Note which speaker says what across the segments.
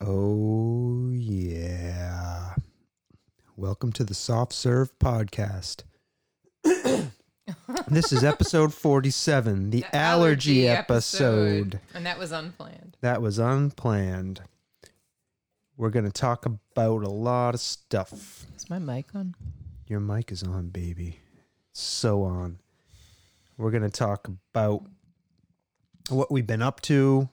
Speaker 1: Oh, yeah. Welcome to the Soft Serve Podcast. this is episode 47, the, allergy, episode.
Speaker 2: And that was unplanned.
Speaker 1: That was unplanned. We're going to talk about a lot of stuff.
Speaker 2: Is my mic on?
Speaker 1: Your mic is on, baby. So on. We're going to talk about what we've been up to.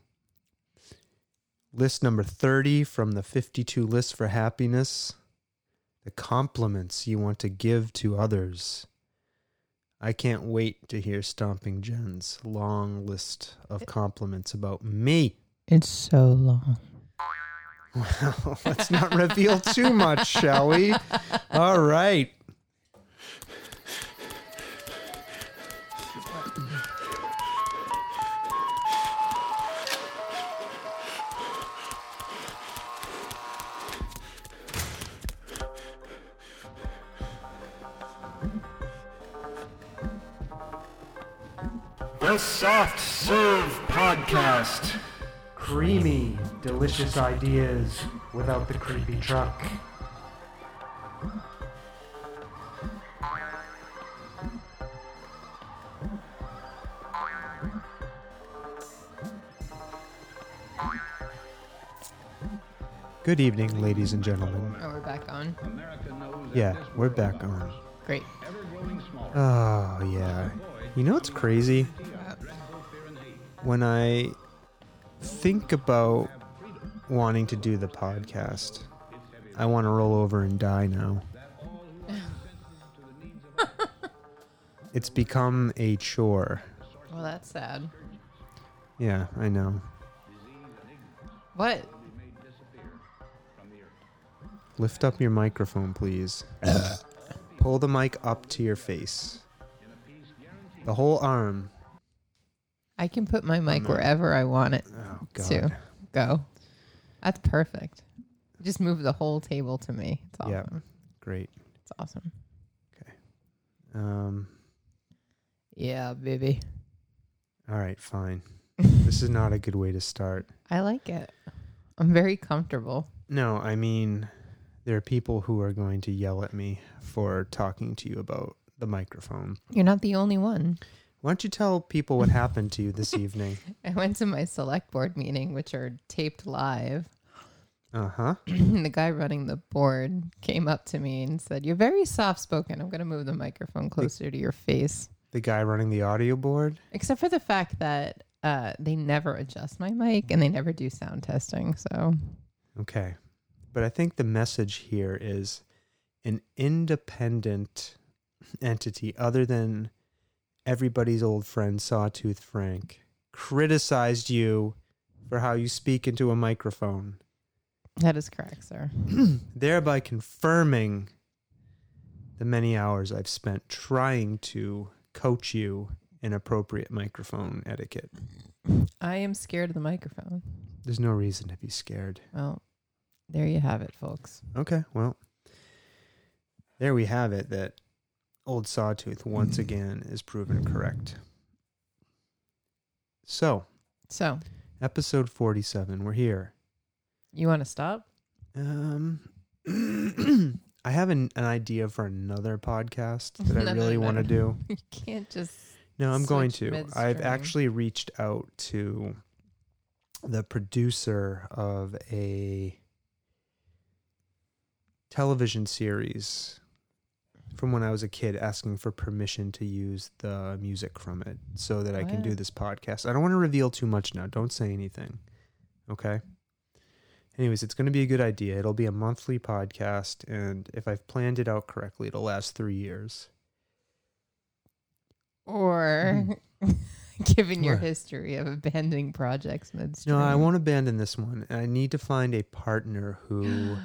Speaker 1: List number 30 from the 52 list for happiness. The compliments you want to give to others. I can't wait to hear Stomping Jen's long list of compliments about me.
Speaker 2: It's so long.
Speaker 1: Well, let's not reveal too much, shall we? All right.
Speaker 3: The Soft Serve Podcast.
Speaker 1: Creamy, delicious ideas without the creepy truck. Good evening, ladies and gentlemen.
Speaker 2: Oh, we're back on.
Speaker 1: Yeah, we're back on.
Speaker 2: Great.
Speaker 1: Oh, yeah. You know what's crazy? When I think about wanting to do the podcast, I want to roll over and die now. it's become a chore.
Speaker 2: Well, that's sad.
Speaker 1: Yeah, I know.
Speaker 2: What?
Speaker 1: Lift up your microphone, please. Pull the mic up to your face. The whole arm.
Speaker 2: I can put my mic
Speaker 1: Mm-hmm.
Speaker 2: wherever I want it
Speaker 1: Oh, God.
Speaker 2: to go. That's perfect. Just move the whole table to me. It's
Speaker 1: Yeah.
Speaker 2: awesome.
Speaker 1: Great.
Speaker 2: It's awesome.
Speaker 1: Um,
Speaker 2: Yeah, baby.
Speaker 1: all right, fine. this is not a good way to start.
Speaker 2: I like it. I'm very comfortable.
Speaker 1: No, I mean, there are people who are going to yell at me for talking to you about the microphone.
Speaker 2: You're not the only one.
Speaker 1: Why don't you tell people what happened to you this evening?
Speaker 2: I went to my select board meeting, which are taped live.
Speaker 1: Uh huh.
Speaker 2: the guy running the board came up to me and said, You're very soft spoken. I'm going to move the microphone closer to your face.
Speaker 1: The guy running the audio board.
Speaker 2: Except for the fact that uh, they never adjust my mic and they never do sound testing. So,
Speaker 1: Okay. But I think the message here is an independent entity other than everybody's old friend Sawtooth Frank criticized you for how you speak into a microphone,
Speaker 2: that is correct, sir.
Speaker 1: thereby confirming the many hours I've spent trying to coach you in appropriate microphone etiquette.
Speaker 2: I am scared of the microphone.
Speaker 1: There's no reason to be scared.
Speaker 2: Well, there you have it, folks.
Speaker 1: Okay, well, there we have it. That old sawtooth once again is proven correct. So,
Speaker 2: So,
Speaker 1: episode forty-seven, we're here.
Speaker 2: you want to stop?
Speaker 1: Um, I have an, an idea for another podcast that I
Speaker 2: No, no,
Speaker 1: really
Speaker 2: no,
Speaker 1: want to
Speaker 2: no.
Speaker 1: do.
Speaker 2: You can't just.
Speaker 1: No, I'm going to.
Speaker 2: Switch
Speaker 1: I've
Speaker 2: midstream.
Speaker 1: actually reached out to the producer of a television series from when I was a kid asking for permission to use the music from it so that I can do
Speaker 2: Wow.
Speaker 1: this podcast. I don't want to reveal too much now. Don't say anything. Okay? Anyways, it's going to be a good idea. It'll be a monthly podcast and if I've planned it out correctly, it'll last 3 years.
Speaker 2: Or given your
Speaker 1: Sure.
Speaker 2: history of abandoning projects midstream.
Speaker 1: No, I won't abandon this one. I need to find a partner who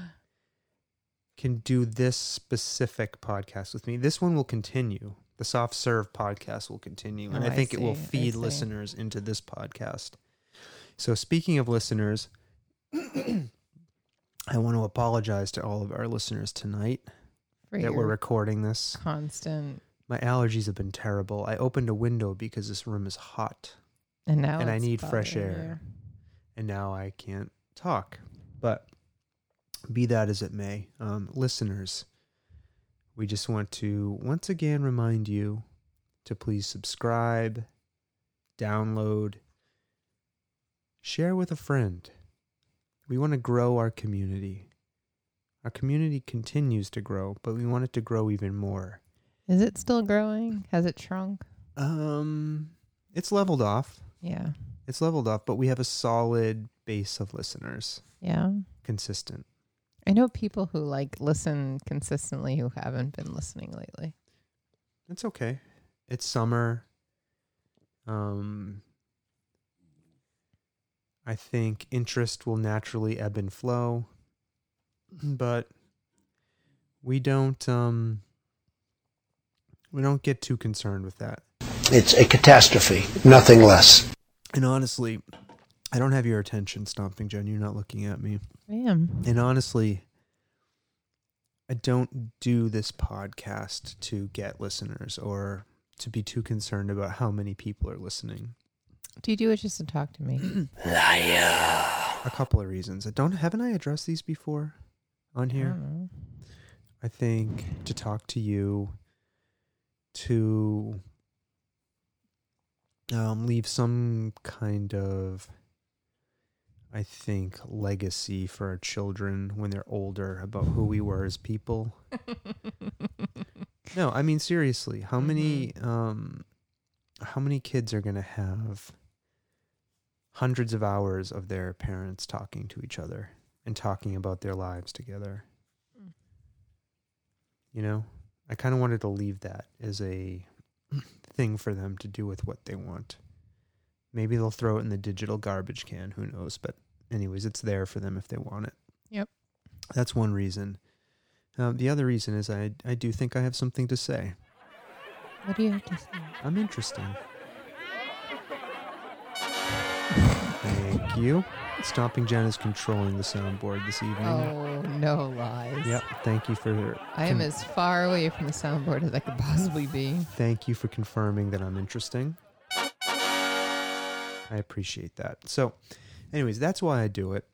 Speaker 1: can do this specific podcast with me. This one will continue. The soft serve podcast will continue. And
Speaker 2: Oh,
Speaker 1: I
Speaker 2: I
Speaker 1: think it will
Speaker 2: see, I
Speaker 1: feed
Speaker 2: see.
Speaker 1: listeners into this podcast. So, speaking of listeners, I want to apologize to all of our listeners tonight
Speaker 2: for
Speaker 1: that we're
Speaker 2: your
Speaker 1: recording this.
Speaker 2: constant,
Speaker 1: My allergies have been terrible. I opened a window because this room is hot.
Speaker 2: and now
Speaker 1: and I
Speaker 2: it's
Speaker 1: need fresh
Speaker 2: bothering
Speaker 1: air. And now I can't talk. But be that as it may, um, listeners, we just want to once again remind you to please subscribe, download, share with a friend. We want to grow our community. Our community continues to grow, but we want it to grow even more.
Speaker 2: you. Is it still growing? Has it shrunk?
Speaker 1: Um, it's leveled off.
Speaker 2: Yeah,
Speaker 1: It's leveled off, but we have a solid base of listeners,
Speaker 2: yeah.
Speaker 1: consistent.
Speaker 2: I know people who like listen consistently who haven't been listening lately.
Speaker 1: It's okay. It's summer. Um, I think interest will naturally ebb and flow, but we don't um, we don't get too concerned with that.
Speaker 4: It's a catastrophe, nothing less.
Speaker 1: And honestly, I don't have your attention, Stomping Jen. You're not looking at me.
Speaker 2: I am.
Speaker 1: And honestly, I don't do this podcast to get listeners or to be too concerned about how many people are listening.
Speaker 2: Do you do it just to talk to me?
Speaker 1: A couple of reasons. I don't haven't I addressed these before on
Speaker 2: I
Speaker 1: here?
Speaker 2: don't know.
Speaker 1: I think to talk to you, to um, leave some kind of, I think, legacy for our children when they're older about who we were as people. no, I mean seriously, how many um, how many kids are gonna have hundreds of hours of their parents talking to each other and talking about their lives together? you know i kind of wanted to leave that as a thing for them to do with what they want maybe they'll throw it in the digital garbage can who knows but anyways it's there for them if they want it
Speaker 2: Yep.
Speaker 1: that's one reason um, the other reason is I, I do think i have something to say
Speaker 2: What do you have to say?
Speaker 1: i'm interesting thank you stomping jen is controlling the soundboard this evening
Speaker 2: Oh, no lies.
Speaker 1: yep thank you for
Speaker 2: I am
Speaker 1: con-
Speaker 2: as far away from the soundboard as I could possibly be.
Speaker 1: Thank you for confirming that I'm interesting. I appreciate that. So, anyways, that's why I do it.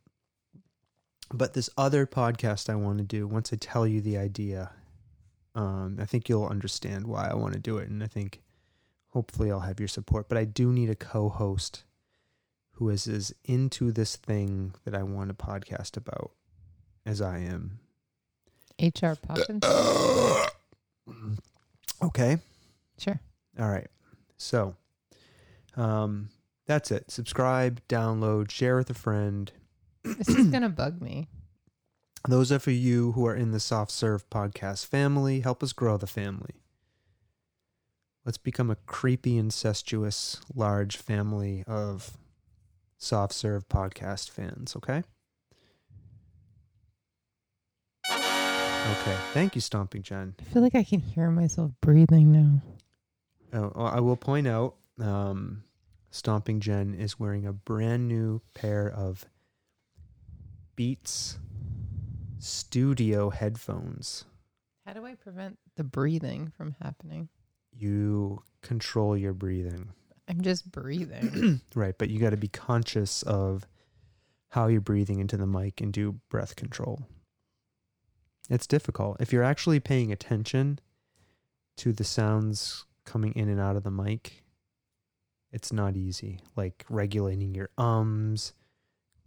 Speaker 1: But this other podcast I want to do, once I tell you the idea, um, I think you'll understand why I want to do it. And I think hopefully I'll have your support. But I do need a co host who is as into this thing that I want to podcast about as I am.
Speaker 2: HR Poppins?
Speaker 1: Uh. Okay.
Speaker 2: Sure.
Speaker 1: All right. So, um, that's it. Subscribe, download, share with a friend.
Speaker 2: This is going to bug me.
Speaker 1: Those are for you who are in the soft serve podcast family. Help us grow the family. Let's become a creepy, incestuous, large family of soft serve podcast fans. Okay. Okay. Thank you, Stomping Jen.
Speaker 2: I feel like I can hear myself breathing now.
Speaker 1: Oh, well, I will point out, um, Stomping Jen is wearing a brand new pair of Beats Studio headphones.
Speaker 2: How do I prevent the breathing from happening?
Speaker 1: You control your breathing,
Speaker 2: I'm just breathing.
Speaker 1: right? But you got to be conscious of how you're breathing into the mic and do breath control. It's difficult. If you're actually paying attention to the sounds coming in and out of the mic, it's not easy. Like regulating your ums,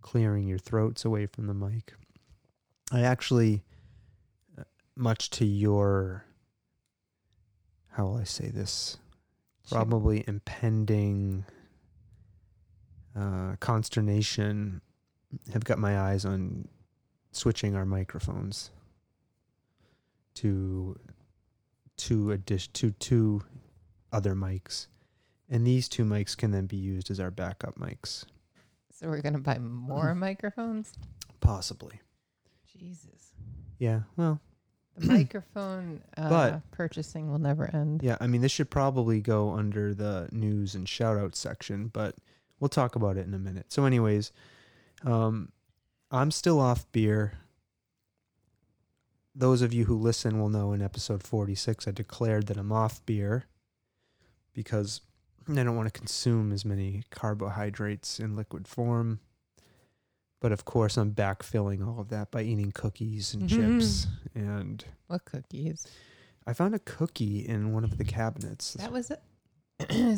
Speaker 1: clearing your throats away from the mic. I actually, uh, much to your, how will I say this?
Speaker 2: Sure.
Speaker 1: Probably impending uh, consternation, have got my eyes on switching our microphones to two addition to two other mics And these two mics can then be used as our backup mics,
Speaker 2: So we're gonna buy more microphones.
Speaker 1: possibly.
Speaker 2: Jesus,
Speaker 1: Yeah. Well,
Speaker 2: the microphone uh,
Speaker 1: But-
Speaker 2: purchasing will never end.
Speaker 1: yeah. I mean, this should probably go under the news and shout out section, but we'll talk about it in a minute. So, anyways, um, I'm still off beer. Those of you who listen will know in episode 46, I declared that I'm off beer because I don't want to consume as many carbohydrates in liquid form. But of course, I'm backfilling all of that by eating cookies and chips. And
Speaker 2: What cookies?
Speaker 1: I found a cookie in one of the cabinets.
Speaker 2: That was it.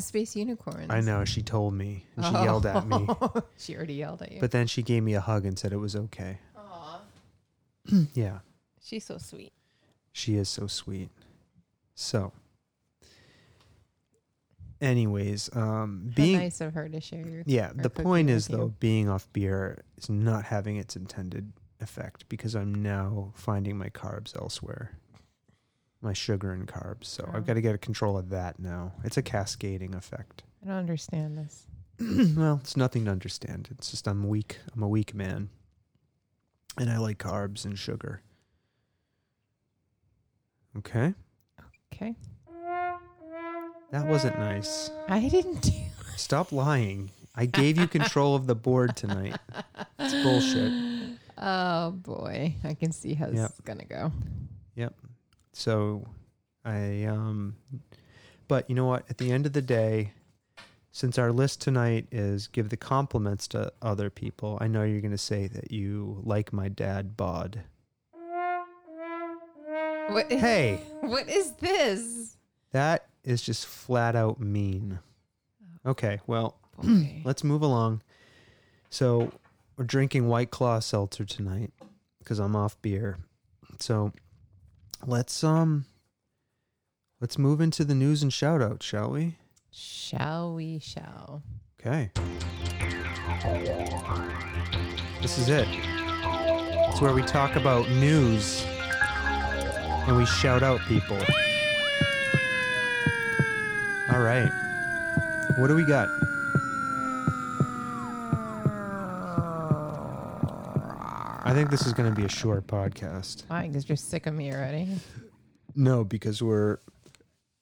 Speaker 2: space unicorns.
Speaker 1: I know, she told me and she yelled at me.
Speaker 2: Oh. she already yelled at you.
Speaker 1: But then she gave me a hug and said it was okay.
Speaker 2: Aw,
Speaker 1: Yeah.
Speaker 2: she's so sweet.
Speaker 1: She is so sweet. So, anyways, um,
Speaker 2: How
Speaker 1: being
Speaker 2: nice of her to share your.
Speaker 1: yeah,
Speaker 2: her
Speaker 1: the
Speaker 2: cookie
Speaker 1: point
Speaker 2: with
Speaker 1: is though,
Speaker 2: you.
Speaker 1: being off beer is not having its intended effect because I'm now finding my carbs elsewhere, my sugar and carbs. So
Speaker 2: Oh.
Speaker 1: I've got to get a control of that now. It's a cascading effect.
Speaker 2: I don't understand this.
Speaker 1: well, it's nothing to understand. It's just I'm weak. I'm a weak man, and I like carbs and sugar. Okay.
Speaker 2: Okay,
Speaker 1: That wasn't nice.
Speaker 2: I didn't do.
Speaker 1: Stop lying. I gave you control of the board tonight. It's bullshit.
Speaker 2: Oh boy, I can see how this
Speaker 1: Yep.
Speaker 2: is gonna go.
Speaker 1: So I um but you know what? At the end of the day, since our list tonight is give the compliments to other people, I know you're gonna say that you like my dad bod.
Speaker 2: What is,
Speaker 1: Hey.
Speaker 2: what is this?
Speaker 1: That is just flat out mean. Okay, well,
Speaker 2: Boy.
Speaker 1: let's move along. So we're drinking White Claw seltzer tonight because I'm off beer. So let's um let's move into the news and shout out, shall we?
Speaker 2: Shall we? Shall.
Speaker 1: Okay. This is it. It's where we talk about news and we shout out people. All right. What do we got? I think this is going to be a short podcast.
Speaker 2: Why? Because you're sick of me already.
Speaker 1: No, because we're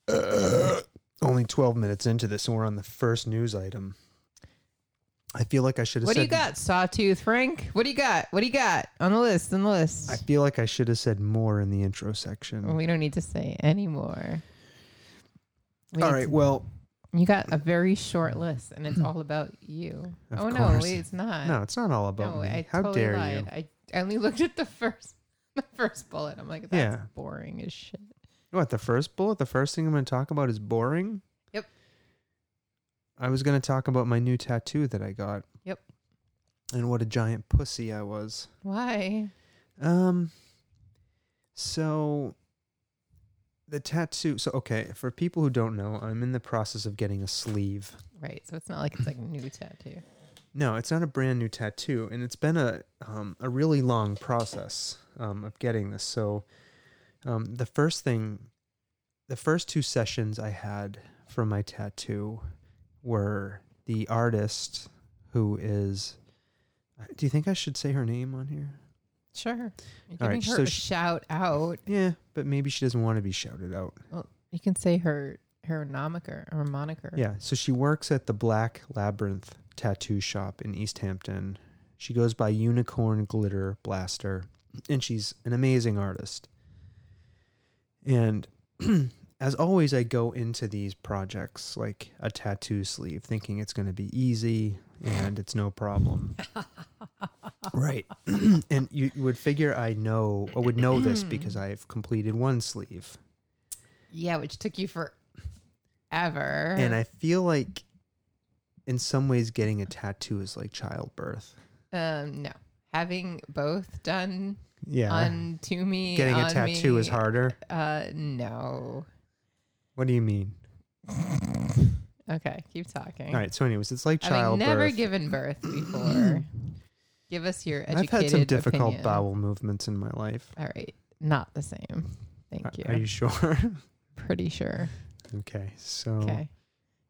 Speaker 1: uh, only 12 minutes into this and we're on the first news item. I feel like I should have
Speaker 2: What do
Speaker 1: said
Speaker 2: you got, Sawtooth Frank? What do you got? What do you got on the list? On the list.
Speaker 1: I feel like I should have said more in the intro section.
Speaker 2: Well, we don't need to say anymore. We
Speaker 1: All
Speaker 2: need
Speaker 1: right.
Speaker 2: to-
Speaker 1: Well,
Speaker 2: you got a very short list, and it's all about you.
Speaker 1: Of
Speaker 2: oh no,
Speaker 1: course.
Speaker 2: wait, it's not.
Speaker 1: no, it's not all about
Speaker 2: No,
Speaker 1: me.
Speaker 2: I
Speaker 1: How
Speaker 2: totally
Speaker 1: dare
Speaker 2: lied.
Speaker 1: you?
Speaker 2: I, I only looked at the first, the first bullet. I'm like, that's
Speaker 1: Yeah.
Speaker 2: boring as shit.
Speaker 1: What, the first bullet? The first thing I'm going to talk about is boring?
Speaker 2: Yep.
Speaker 1: I was going to talk about my new tattoo that I got.
Speaker 2: Yep.
Speaker 1: And what a giant pussy I was.
Speaker 2: Why?
Speaker 1: Um. So the tattoo. So okay, for people who don't know, I'm in the process of getting a sleeve.
Speaker 2: Right. So it's not like it's like a new tattoo.
Speaker 1: No, it's not a brand new tattoo, and it's been a um, a really long process um, of getting this. So um, the first thing, the first two sessions I had for my tattoo were the artist who is. uh, Do you think I should say her name on here?
Speaker 2: Sure. You're
Speaker 1: All
Speaker 2: giving
Speaker 1: right,
Speaker 2: her
Speaker 1: so
Speaker 2: a
Speaker 1: sh-
Speaker 2: shout out.
Speaker 1: Yeah, but maybe she doesn't want to be shouted out.
Speaker 2: You can say her her moniker or moniker.
Speaker 1: Yeah, so she works at the Black Labyrinth Tattoo Shop in East Hampton. She goes by Unicorn Glitter Blaster, and she's an amazing artist. And as always, I go into these projects like a tattoo sleeve, thinking it's going to be easy and it's no problem. right. and you, you would figure I know, I would know this because I've completed one sleeve.
Speaker 2: Yeah, which took you forever.
Speaker 1: And I feel like in some ways getting a tattoo is like childbirth.
Speaker 2: um no. Having both done
Speaker 1: Yeah.
Speaker 2: on to me.
Speaker 1: getting a
Speaker 2: on
Speaker 1: tattoo
Speaker 2: me,
Speaker 1: is harder.
Speaker 2: Uh no.
Speaker 1: What do you mean?
Speaker 2: Okay, keep talking.
Speaker 1: All right, so anyways, it's like
Speaker 2: Having
Speaker 1: childbirth.
Speaker 2: never given birth before. Give us your
Speaker 1: I've
Speaker 2: educated
Speaker 1: had some difficult
Speaker 2: opinion.
Speaker 1: bowel movements in my life.
Speaker 2: All right. Not the same. Thank
Speaker 1: Are-
Speaker 2: you.
Speaker 1: Are you sure?
Speaker 2: Pretty sure.
Speaker 1: okay. So
Speaker 2: Okay.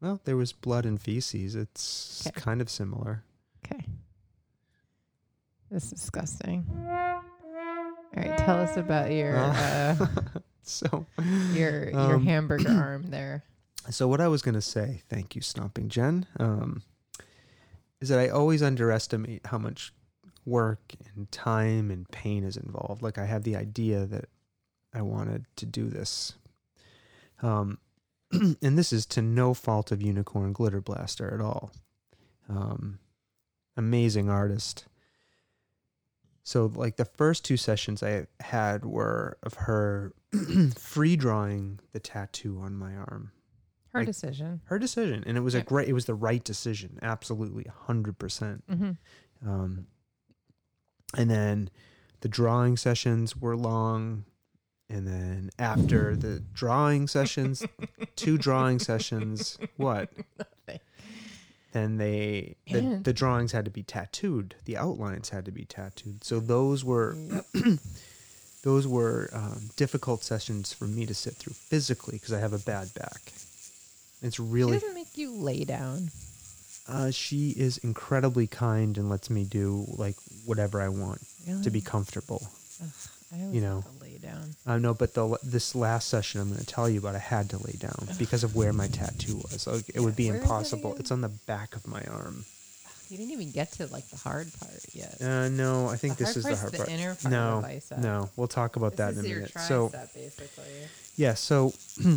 Speaker 1: Well, there was blood and feces. It's
Speaker 2: Okay.
Speaker 1: kind of similar.
Speaker 2: Okay. That's disgusting. All right, tell us about your uh,
Speaker 1: Uh, so,
Speaker 2: your your
Speaker 1: Um,
Speaker 2: hamburger arm there.
Speaker 1: so what I was gonna say, thank you, Stomping Jen, um, is that I always underestimate how much work and time and pain is involved. Like I had the idea that I wanted to do this, um, and this is to no fault of Unicorn Glitter Blaster at all. Um, amazing artist. So like the first two sessions I had were of her free drawing the tattoo on my arm
Speaker 2: Her
Speaker 1: I-
Speaker 2: decision.
Speaker 1: her decision and it was a
Speaker 2: Yeah.
Speaker 1: great it was the right decision absolutely 100%
Speaker 2: Mm-hmm.
Speaker 1: um, and then the drawing sessions were long and then after the drawing sessions two drawing sessions what
Speaker 2: Nothing.
Speaker 1: then they the,
Speaker 2: Man.
Speaker 1: the drawings had to be tattooed the outlines had to be tattooed so those were those were um, difficult sessions for me to sit through physically because i have a bad back it's
Speaker 2: She
Speaker 1: really
Speaker 2: doesn't make you lay down.
Speaker 1: uh, she is incredibly kind and lets me do like whatever I want to be
Speaker 2: Really?
Speaker 1: comfortable.
Speaker 2: Ugh, I always
Speaker 1: you know.
Speaker 2: have to lay down.
Speaker 1: I know, but the this last session I'm going to tell you about, I had to lay down because of where my tattoo was. Like, it would be
Speaker 2: Where is it
Speaker 1: impossible.
Speaker 2: again?
Speaker 1: It's on the back of my arm.
Speaker 2: You didn't even get to like the hard part yet.
Speaker 1: Uh, no, I think
Speaker 2: The
Speaker 1: this
Speaker 2: hard
Speaker 1: is the
Speaker 2: part's
Speaker 1: hard
Speaker 2: the
Speaker 1: part.
Speaker 2: inner part of
Speaker 1: no,
Speaker 2: the bicep.
Speaker 1: no, we'll talk about that
Speaker 2: this
Speaker 1: in a
Speaker 2: is your
Speaker 1: minute.
Speaker 2: tricep,
Speaker 1: So,
Speaker 2: basically.
Speaker 1: Yeah, so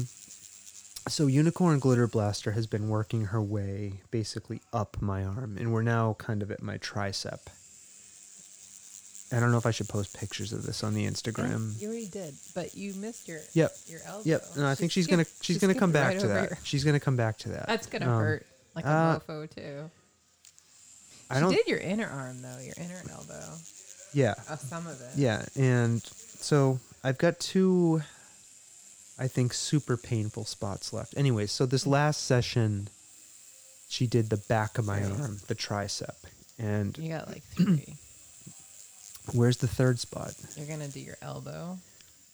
Speaker 1: so Unicorn Glitter Blaster has been working her way basically up my arm, and we're now kind of at my tricep. I don't know if I should post pictures of this on the Instagram.
Speaker 2: You already did, but you missed your
Speaker 1: Yep.
Speaker 2: your elbow.
Speaker 1: Yep, no, I
Speaker 2: She
Speaker 1: think she's
Speaker 2: skipped-
Speaker 1: gonna she's
Speaker 2: she
Speaker 1: gonna
Speaker 2: skipped
Speaker 1: come back
Speaker 2: right
Speaker 1: to
Speaker 2: over
Speaker 1: that.
Speaker 2: your-
Speaker 1: She's gonna come back to that.
Speaker 2: That's gonna
Speaker 1: Um,
Speaker 2: hurt like
Speaker 1: uh,
Speaker 2: a mofo too.
Speaker 1: I
Speaker 2: She
Speaker 1: don't.
Speaker 2: did your inner arm though, your inner elbow.
Speaker 1: Yeah,
Speaker 2: Oh, some of it.
Speaker 1: yeah, and so I've got two. I think super painful spots left. Anyway, so this last session, she did the back of my
Speaker 2: Right.
Speaker 1: arm, the tricep, and
Speaker 2: You got like three.
Speaker 1: Where's the third spot?
Speaker 2: you're gonna do your elbow,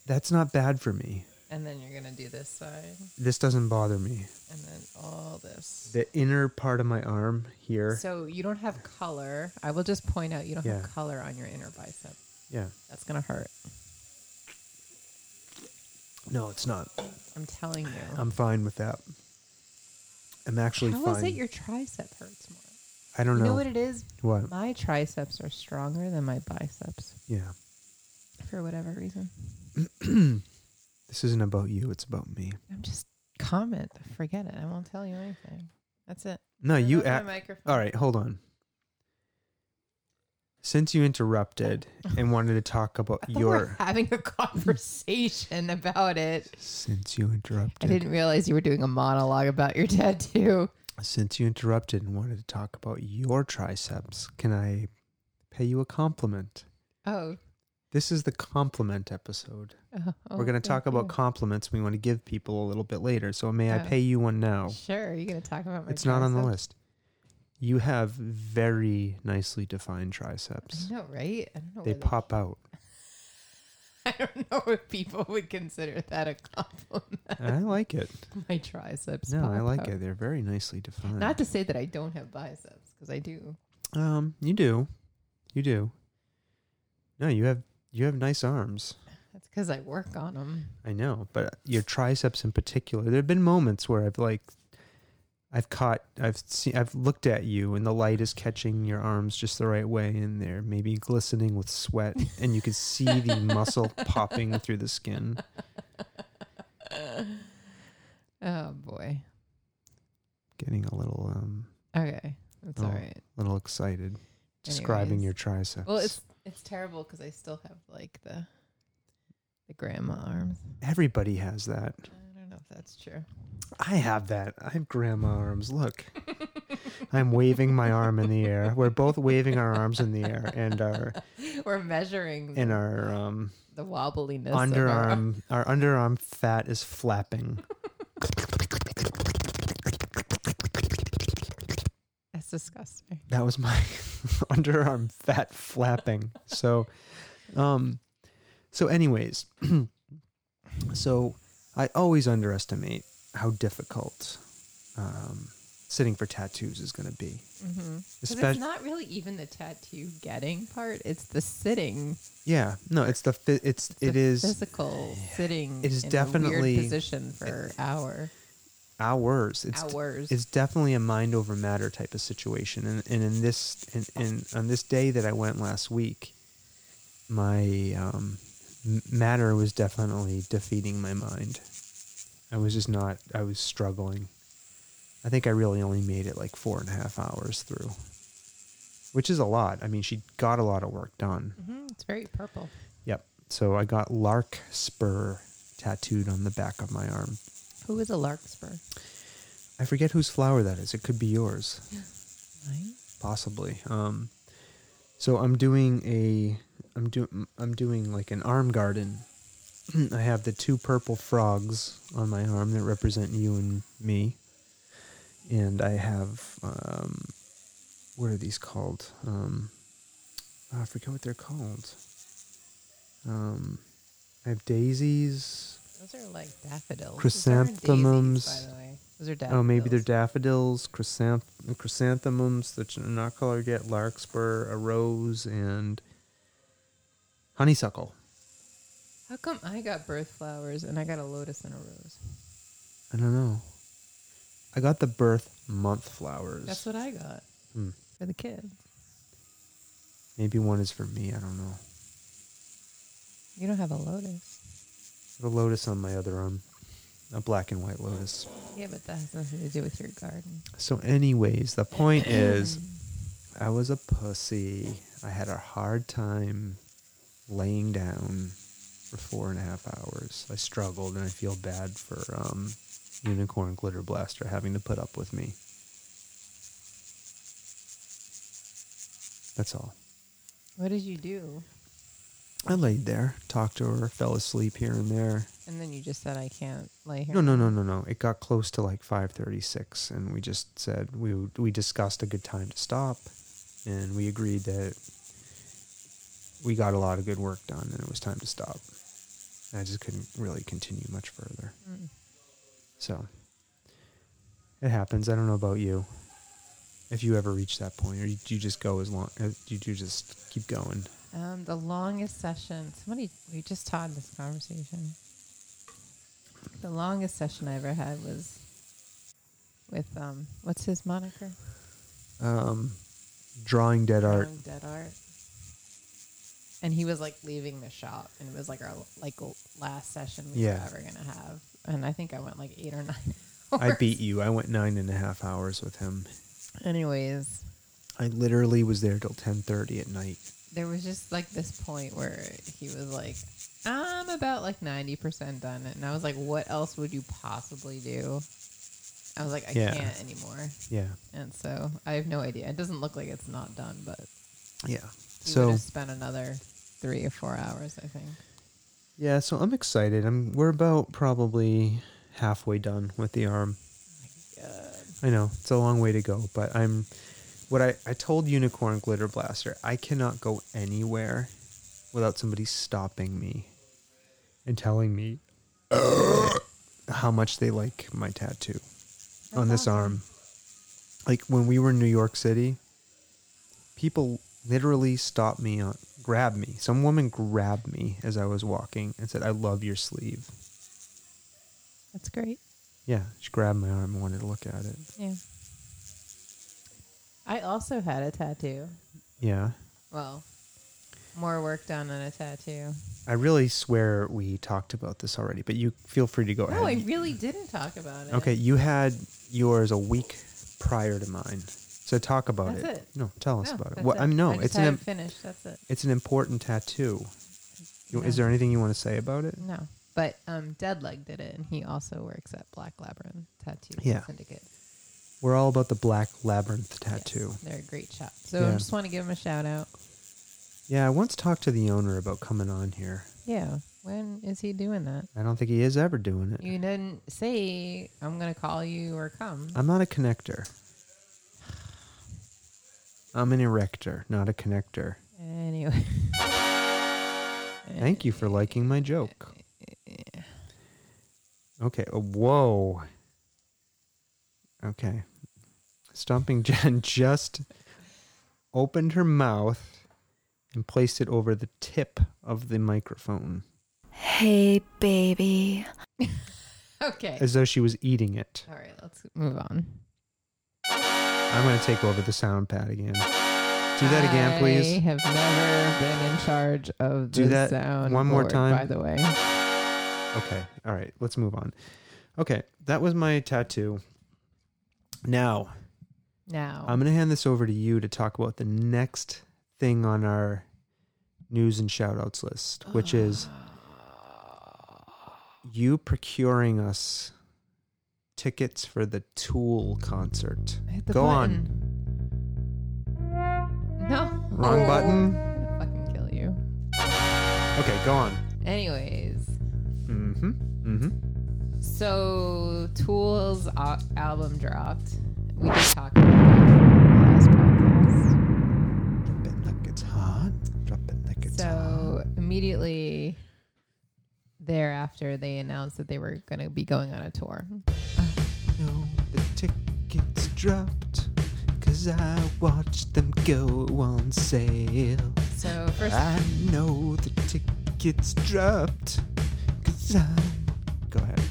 Speaker 1: That's not bad for me.
Speaker 2: and then you're gonna do this side,
Speaker 1: This doesn't bother me.
Speaker 2: and then all this.
Speaker 1: The inner part of my arm here.
Speaker 2: So you don't have color. I will just point out you don't
Speaker 1: Yeah.
Speaker 2: have color on your inner bicep.
Speaker 1: yeah.
Speaker 2: That's gonna hurt.
Speaker 1: No, it's not.
Speaker 2: I'm telling you.
Speaker 1: I'm fine with that. I'm actually
Speaker 2: How
Speaker 1: fine.
Speaker 2: is it your tricep hurts more?
Speaker 1: I don't
Speaker 2: You
Speaker 1: know.
Speaker 2: know what it is?
Speaker 1: What?
Speaker 2: My triceps are stronger than my biceps
Speaker 1: yeah.
Speaker 2: for whatever reason.
Speaker 1: This isn't about you, it's about me.
Speaker 2: I'm just comment. Forget it. I won't tell you anything. That's it.
Speaker 1: No,
Speaker 2: Turn
Speaker 1: you
Speaker 2: off my
Speaker 1: at
Speaker 2: microphone.
Speaker 1: All right, hold on. Since you interrupted and wanted to talk about
Speaker 2: I thought we were
Speaker 1: your
Speaker 2: having a conversation about it.
Speaker 1: since you
Speaker 2: I
Speaker 1: interrupted
Speaker 2: didn't realize you were doing a monologue about your tattoo.
Speaker 1: Since you interrupted and wanted to talk about your triceps, can I pay you a compliment?
Speaker 2: Oh,
Speaker 1: This is the compliment episode.
Speaker 2: oh,
Speaker 1: We're going
Speaker 2: oh,
Speaker 1: to talk about
Speaker 2: oh.
Speaker 1: compliments we want to give people a little bit later. So may I
Speaker 2: Yeah.
Speaker 1: pay you one now?
Speaker 2: Sure, you're gonna talk about my.
Speaker 1: It's not on the
Speaker 2: triceps?
Speaker 1: list. You have very nicely defined triceps.
Speaker 2: I know, right? I don't know.
Speaker 1: They
Speaker 2: whether-
Speaker 1: pop out.
Speaker 2: I don't know if people would consider that a compliment.
Speaker 1: I like it.
Speaker 2: my triceps.
Speaker 1: No, I
Speaker 2: pop
Speaker 1: like
Speaker 2: out.
Speaker 1: it. They're very nicely defined.
Speaker 2: Not to say that I don't have biceps, because I do.
Speaker 1: um, you do. You do. No, you have you have nice arms.
Speaker 2: That's because I work on them.
Speaker 1: I know, but your triceps in particular. There have been moments where I've like, I've caught, I've seen, I've looked at you, and the light is catching your arms just the right way, and they're maybe glistening with sweat, and you can see the muscle popping through the skin.
Speaker 2: Oh boy.
Speaker 1: Getting a little, um,
Speaker 2: Okay, that's
Speaker 1: Oh.
Speaker 2: all right.
Speaker 1: little excited, describing
Speaker 2: Anyways.
Speaker 1: your triceps.
Speaker 2: Well, it's it's terrible because I still have like the the grandma arms.
Speaker 1: everybody has that.
Speaker 2: I don't know if that's true.
Speaker 1: I have that. I have grandma arms. Look, I'm waving my arm in the air. We're both waving our arms in the air, and our
Speaker 2: We're measuring
Speaker 1: and our um.
Speaker 2: the wobbliness. Of our
Speaker 1: underarm
Speaker 2: arm.
Speaker 1: our underarm fat is flapping.
Speaker 2: That's disgusting.
Speaker 1: That was my underarm fat flapping. So um so anyways, so I always underestimate how difficult um, sitting for tattoos is going to be.
Speaker 2: Mm-hmm. it's
Speaker 1: Especially,
Speaker 2: not really even the tattoo getting part. It's the sitting.
Speaker 1: yeah, no, it's the fi- it's
Speaker 2: It's
Speaker 1: it
Speaker 2: the
Speaker 1: is
Speaker 2: physical sitting.
Speaker 1: it is
Speaker 2: in a
Speaker 1: definitely-
Speaker 2: weird position for hour
Speaker 1: hours. It's
Speaker 2: hours.
Speaker 1: It's definitely a mind over matter type of situation. And, and in this, in, in, on this day that I went last week, my um, m- matter was definitely defeating my mind. I was just not, I was struggling. I think I really only made it like four and a half hours through, which is a lot. I mean, she got a lot of work done.
Speaker 2: Mhm, it's very purple.
Speaker 1: Yep. So I got Lark Spur tattooed on the back of my arm.
Speaker 2: Who is a larkspur?
Speaker 1: I forget whose flower that is. It could be yours.
Speaker 2: Mine?
Speaker 1: possibly. Um, so I'm doing a I'm doing I'm doing like an arm garden. I have the two purple frogs on my arm that represent you and me, and I have um, what are these called? Um, oh, I forget what they're called. Um, I have daisies.
Speaker 2: Those are like daffodils. Those aren't daisies,
Speaker 1: Chrysanthemums.
Speaker 2: by the way. Those are daffodils.
Speaker 1: Oh, maybe they're daffodils, chrysanth- chrysanthemums, which are not colored yet, larkspur, a rose, and honeysuckle.
Speaker 2: How come I got birth flowers and I got a lotus and a rose?
Speaker 1: I don't know. I got the birth month flowers.
Speaker 2: That's what I got
Speaker 1: Hmm.
Speaker 2: for the kid.
Speaker 1: Maybe one is for me. I don't know.
Speaker 2: You don't have a lotus.
Speaker 1: The lotus on my other arm, a black and white lotus.
Speaker 2: Yeah, but that has nothing to do with your garden.
Speaker 1: So, anyways, the point is, I was a pussy. I had a hard time laying down for four and a half hours. I struggled, and I feel bad for um, Unicorn Glitter Blaster having to put up with me. That's all.
Speaker 2: What did you do?
Speaker 1: I laid there, talked to her, fell asleep here and there.
Speaker 2: And then you just said I can't lay here.
Speaker 1: No, no, no, no, no. It got close to like 5:36 and we just said we we discussed a good time to stop and we agreed that we got a lot of good work done and it was time to stop. And I just couldn't really continue much further.
Speaker 2: Mm.
Speaker 1: So it happens. I don't know about you. If you ever reach that point or you, you just go as long as you do just keep going.
Speaker 2: Um, the longest session. Somebody we just had this conversation. The longest session I ever had was with um, what's his moniker?
Speaker 1: Um drawing dead art.
Speaker 2: Young Um, Dead art. And he was like leaving the shop, and it was like our like last session we
Speaker 1: Yeah.
Speaker 2: were ever gonna have. And I think I went like eight or nine.
Speaker 1: I
Speaker 2: hours.
Speaker 1: beat you. I went nine and a half hours with him.
Speaker 2: Anyways,
Speaker 1: I literally was there till ten thirty at night.
Speaker 2: there was just like this point where he was like, I'm about like 90% done. And I was like, what else would you possibly do? I was like, I
Speaker 1: Yeah.
Speaker 2: can't anymore.
Speaker 1: Yeah,
Speaker 2: And so I have no idea. It doesn't look like it's not done, but
Speaker 1: yeah.
Speaker 2: you
Speaker 1: so
Speaker 2: would have spent another three or four hours, I think.
Speaker 1: yeah, so I'm excited. I'm we're about probably halfway done with the arm. I know it's a long way to go, but I'm. What I I told Unicorn Glitter Blaster, I cannot go anywhere without somebody stopping me and telling me how much they like my tattoo on this arm. Like when we were in New York City, people literally stopped me on grabbed me. Some woman grabbed me as I was walking and said, "I love your sleeve."
Speaker 2: That's great.
Speaker 1: Yeah, she grabbed my arm and wanted to look at it.
Speaker 2: Yeah. I also had a tattoo.
Speaker 1: Yeah.
Speaker 2: Well, more work done on a tattoo.
Speaker 1: I really swear we talked about this already, but you feel free to go
Speaker 2: No, I
Speaker 1: ahead.
Speaker 2: really didn't talk about it.
Speaker 1: okay, you had yours a week prior to mine. So talk about
Speaker 2: That's it.
Speaker 1: No, tell us
Speaker 2: No,
Speaker 1: about it.
Speaker 2: Oh, that's
Speaker 1: Well, I'm no,
Speaker 2: I just
Speaker 1: it's an
Speaker 2: haven't
Speaker 1: im-
Speaker 2: finished. That's it.
Speaker 1: it's an important tattoo. You- Is
Speaker 2: No.
Speaker 1: there anything you want to say about it?
Speaker 2: No, but um, Deadleg did it, and he also works at Black Labyrinth Tattoo
Speaker 1: Yeah.
Speaker 2: Syndicate.
Speaker 1: We're all about the black labyrinth
Speaker 2: Yes,
Speaker 1: tattoo.
Speaker 2: they're a great shop. So I
Speaker 1: Yeah.
Speaker 2: just want to give him a shout out.
Speaker 1: Yeah, I once talked to the owner about coming on here.
Speaker 2: Yeah, when is he doing that?
Speaker 1: I don't think he is ever doing it.
Speaker 2: You didn't say I'm gonna call you or come.
Speaker 1: I'm not a connector. I'm an erector, not a connector.
Speaker 2: Anyway,
Speaker 1: Thank you for liking my joke. uh, Okay. oh, Whoa. Okay. Stomping Jen just opened her mouth and placed it over the tip of the microphone
Speaker 5: Hey, baby.
Speaker 2: Okay.
Speaker 1: as though she was eating it.
Speaker 2: All right, let's move on.
Speaker 1: I'm going to take over the sound pad again. Do that again, please.
Speaker 2: I have never been in charge of
Speaker 1: Do
Speaker 2: the
Speaker 1: that
Speaker 2: sound.
Speaker 1: one more
Speaker 2: board,
Speaker 1: time.
Speaker 2: By the way,
Speaker 1: Okay. All right. Let's move on. Okay. That was my tattoo. Now,
Speaker 2: now
Speaker 1: I'm going to hand this over to you to talk about the next thing on our news and shout outs list, which is you procuring us tickets for the Tool concert.
Speaker 2: Hit the
Speaker 1: Go
Speaker 2: button. No.
Speaker 1: on. Wrong button.
Speaker 2: I'm gonna fucking kill you.
Speaker 1: Okay, go on.
Speaker 2: Anyways,
Speaker 1: Mm-hmm. Mm-hmm.
Speaker 2: so Tool's al- album dropped. We did talk about it last podcast.
Speaker 1: Drop it like it's hot. Drop it like it's hot.
Speaker 2: So immediately thereafter, they announced that they were going to be going on a tour.
Speaker 1: No, the tickets dropped. Cause I watched them go on sale.
Speaker 2: So first,
Speaker 1: I know the tickets dropped. Cause I. Go ahead.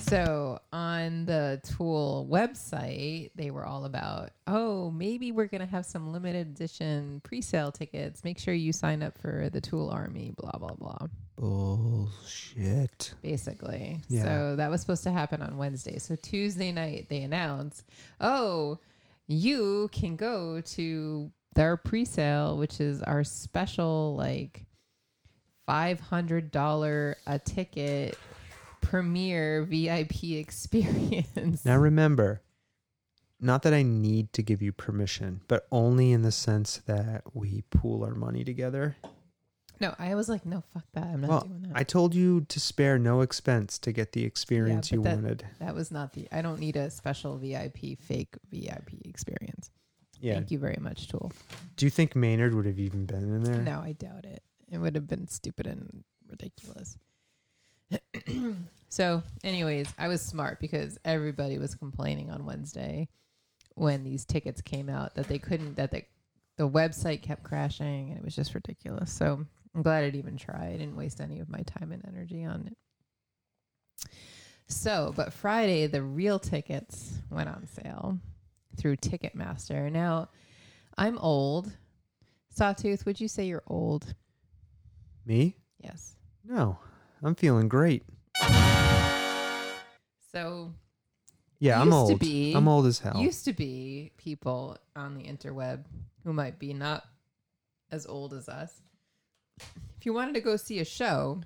Speaker 2: So on the Tool website, they were all about, oh, maybe we're going to have some limited edition pre sale tickets. Make sure you sign up for the Tool Army, blah, blah, blah,
Speaker 1: Bullshit.
Speaker 2: basically.
Speaker 1: Yeah.
Speaker 2: So that was supposed to happen on Wednesday. So Tuesday night, they announced, oh, you can go to their pre sale, which is our special, like, $500 a ticket premiere VIP experience.
Speaker 1: Now remember, not that I need to give you permission, but only in the sense that we pool our money together.
Speaker 2: No, I was like, no, fuck that. I'm not
Speaker 1: well,
Speaker 2: doing that.
Speaker 1: I told you to spare no expense to get the experience
Speaker 2: but
Speaker 1: you
Speaker 2: that-
Speaker 1: wanted.
Speaker 2: that was not the. I don't need a special VIP, fake VIP experience.
Speaker 1: Yeah.
Speaker 2: Thank you very much, Tool.
Speaker 1: Do you think Maynard would have even been in there?
Speaker 2: No, I doubt it. It would have been stupid and ridiculous. so, anyways, I was smart because everybody was complaining on Wednesday when these tickets came out that they couldn't that they, the website kept crashing and it was just ridiculous. So I'm glad I'd even try. I didn't waste any of my time and energy on it. So, but Friday the real tickets went on sale through Ticketmaster. Now, I'm old. Sawtooth, would you say you're old?
Speaker 1: Me?
Speaker 2: Yes.
Speaker 1: No. I'm feeling great.
Speaker 2: So
Speaker 1: Yeah, I'm
Speaker 2: Used to
Speaker 1: old.
Speaker 2: be-
Speaker 1: I'm old as hell.
Speaker 2: used to be people on the interweb who might be not as old as us. If you wanted to go see a show,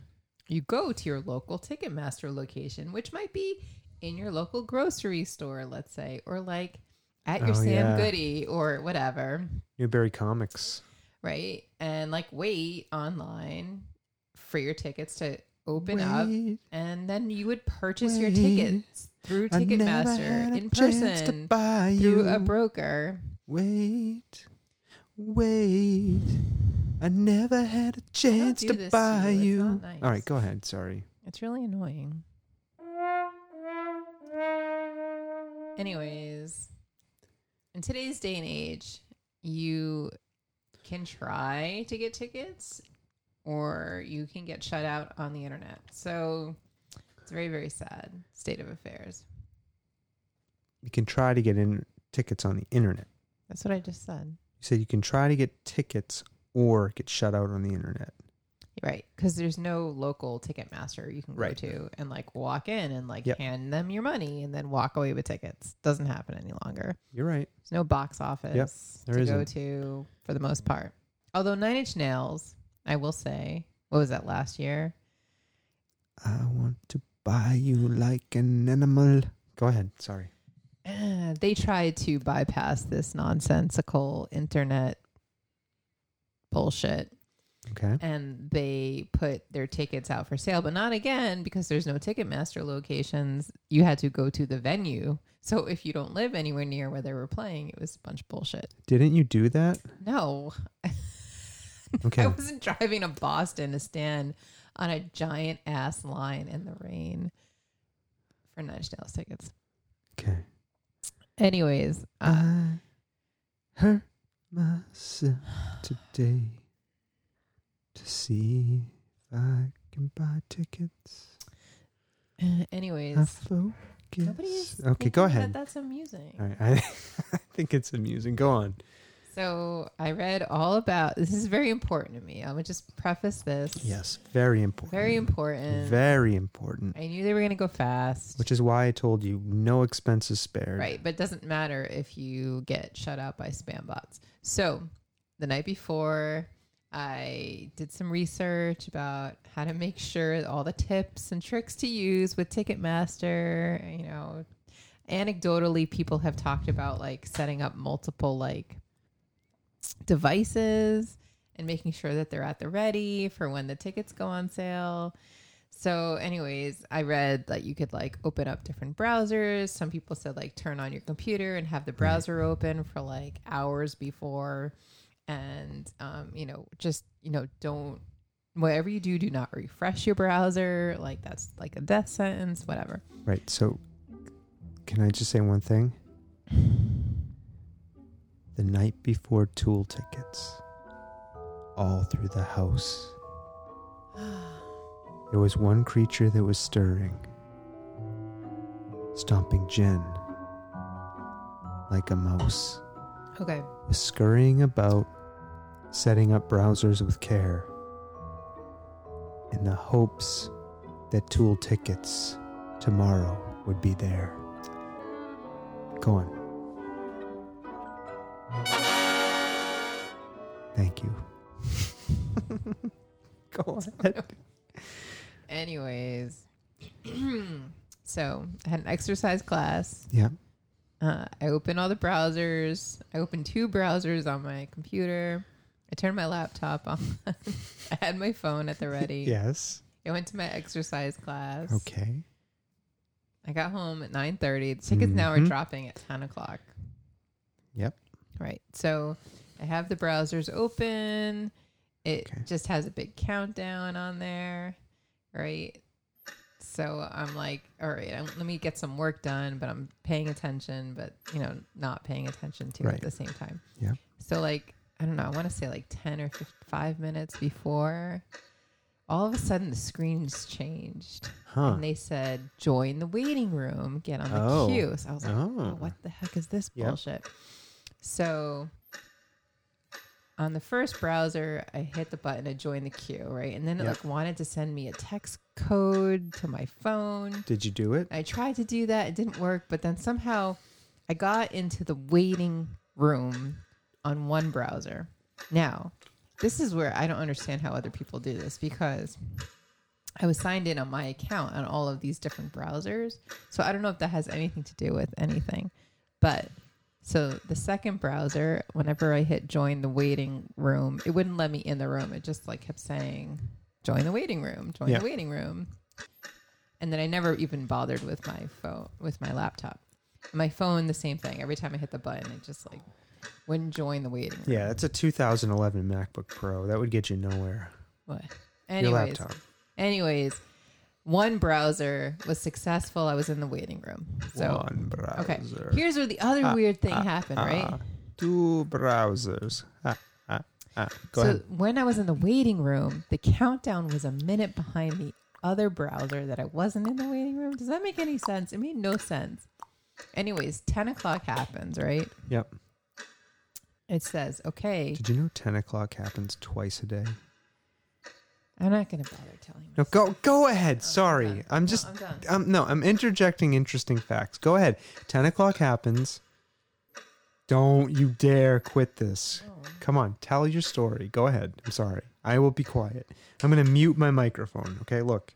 Speaker 2: you go to your local Ticketmaster location, which might be in your local grocery store, let's say, or like at your
Speaker 1: Oh,
Speaker 2: Sam
Speaker 1: yeah.
Speaker 2: Goody or whatever.
Speaker 1: Newberry Comics.
Speaker 2: right? And like wait online for your tickets to open
Speaker 1: Wait.
Speaker 2: up, and then you would purchase your
Speaker 1: Wait.
Speaker 2: tickets through
Speaker 1: I never had
Speaker 2: Ticketmaster
Speaker 1: a
Speaker 2: in
Speaker 1: chance to
Speaker 2: person
Speaker 1: buy
Speaker 2: through a
Speaker 1: you.
Speaker 2: broker.
Speaker 1: Wait. Wait. I never had a chance
Speaker 2: do
Speaker 1: to
Speaker 2: this to
Speaker 1: buy
Speaker 2: you.
Speaker 1: you.
Speaker 2: It's not nice.
Speaker 1: All right, go ahead. Sorry.
Speaker 2: It's really annoying. Anyways, in today's day and age, you can try to get tickets or you can get shut out on the internet. So it's a very, very sad state of affairs.
Speaker 1: You can try to get in tickets on the internet.
Speaker 2: That's what I just said.
Speaker 1: You said you can try to get tickets or get shut out on the internet.
Speaker 2: Right. Because there's no local Ticketmaster you can
Speaker 1: Right.
Speaker 2: go to and like walk in and like
Speaker 1: Yep.
Speaker 2: hand them your money and then walk away with tickets. Doesn't happen any longer.
Speaker 1: You're right.
Speaker 2: There's no box office
Speaker 1: there
Speaker 2: to go
Speaker 1: isn't.
Speaker 2: to for the most part. Although Nine Inch Nails, I will say, what was that last year?
Speaker 1: I want to buy you like an animal. Go ahead. Sorry.
Speaker 2: Uh, they tried to bypass this nonsensical internet bullshit
Speaker 1: Okay.
Speaker 2: and they put their tickets out for sale, but not again because there's no Ticketmaster locations. You had to go to the venue. So if you don't live anywhere near where they were playing, it was a bunch of bullshit.
Speaker 1: Didn't you do that?
Speaker 2: No,
Speaker 1: Okay.
Speaker 2: I wasn't driving to Boston to stand on a giant ass line in the rain for Nine Inch Nails tickets. Anyways, uh,
Speaker 1: I hurt myself today to see if I can buy tickets. I
Speaker 2: anyways,
Speaker 1: focus.
Speaker 2: nobody's
Speaker 1: Uh, Okay, go
Speaker 2: thinking that
Speaker 1: ahead.
Speaker 2: that's amusing.
Speaker 1: All right, I, I think it's amusing. Go on.
Speaker 2: So I read all about this. Is very important to me. I'm gonna just preface this.
Speaker 1: Yes, very important.
Speaker 2: very important.
Speaker 1: Very important.
Speaker 2: I knew they were gonna go fast.
Speaker 1: Which is why I told you no expenses spared.
Speaker 2: Right, but it doesn't matter if you get shut out by spam bots. So the night before, I did some research about how to make sure all the tips and tricks to use with Ticketmaster. You know, anecdotally, people have talked about like setting up multiple like devices and making sure that they're at the ready for when the tickets go on sale. So, anyways, I read that you could like open up different browsers. Some people said like turn on your computer and have the browser open for like hours before. And, um, you know, just, you know, don't, whatever you do, do not refresh your browser. Like that's like a death sentence, whatever.
Speaker 1: Right. So, can I just say one thing? The night before Tool tickets, all through the house, there was one creature that was stirring, stomping Jen like a mouse,
Speaker 2: Okay.
Speaker 1: was scurrying about, setting up browsers with care, in the hopes that Tool tickets tomorrow would be there. Go on. Thank you. Go on.
Speaker 2: Anyways, so I had an exercise class.
Speaker 1: Yeah.
Speaker 2: Uh, I open all the browsers. I open two browsers on my computer. I turned my laptop on. I had my phone at the ready.
Speaker 1: Yes.
Speaker 2: I went to my exercise class.
Speaker 1: Okay.
Speaker 2: I got home at nine thirty. The tickets now are
Speaker 1: Mhm.
Speaker 2: dropping at ten o'clock.
Speaker 1: Yep.
Speaker 2: Right. So I have the browsers open. It
Speaker 1: Okay.
Speaker 2: just has a big countdown on there. Right. So I'm like, all right, I'm, let me get some work done, but I'm paying attention, but, you know, not paying attention to
Speaker 1: Right.
Speaker 2: at the same time.
Speaker 1: Yeah.
Speaker 2: So, like, I don't know, I want to say like 10 or 15, five minutes before, all of a sudden the screens changed.
Speaker 1: Huh.
Speaker 2: And they said, join the waiting room, get on the
Speaker 1: Oh.
Speaker 2: queue. So I was like, oh,
Speaker 1: Oh.
Speaker 2: what the heck is this
Speaker 1: Yep.
Speaker 2: bullshit? So on the first browser, I hit the button to join the queue, right? And then it
Speaker 1: Yep.
Speaker 2: like wanted to send me a text code to my phone.
Speaker 1: Did you do it?
Speaker 2: I tried to do that, it didn't work, but then somehow I got into the waiting room on one browser. Now, this is where I don't understand how other people do this because I was signed in on my account on all of these different browsers. So I don't know if that has anything to do with anything. But so the second browser, whenever I hit join the waiting room, it wouldn't let me in the room. It just like kept saying, join the waiting room, join
Speaker 1: Yeah.
Speaker 2: the waiting room. And then I never even bothered with my phone, with my laptop. My phone, the same thing. Every time I hit the button, it just like wouldn't join the waiting room.
Speaker 1: Yeah, that's a 2011 MacBook Pro. That would get you nowhere.
Speaker 2: What? Anyways,
Speaker 1: Your laptop.
Speaker 2: anyways, one browser was successful. I was in the waiting room. So
Speaker 1: One browser.
Speaker 2: okay, here's where the other
Speaker 1: Ah,
Speaker 2: weird thing happened, right?
Speaker 1: Two browsers. Ah, ah, ah. Go
Speaker 2: so
Speaker 1: ahead.
Speaker 2: when I was in the waiting room, the countdown was a minute behind the other browser that I wasn't in the waiting room. Does that make any sense? It made no sense. Anyways, ten o'clock happens, right?
Speaker 1: Yep.
Speaker 2: It says, okay,
Speaker 1: Did you know 10 o'clock happens twice a day?
Speaker 2: I'm not going to bother telling you.
Speaker 1: No, go go ahead. Sorry, I'm
Speaker 2: Oh, No,
Speaker 1: just
Speaker 2: I'm done.
Speaker 1: um, no, I'm interjecting interesting facts. Go ahead. Ten o'clock happens. Don't you dare quit this.
Speaker 2: Oh.
Speaker 1: Come on, tell your story. Go ahead. I'm sorry. I will be quiet. I'm gonna mute my microphone. Okay, look.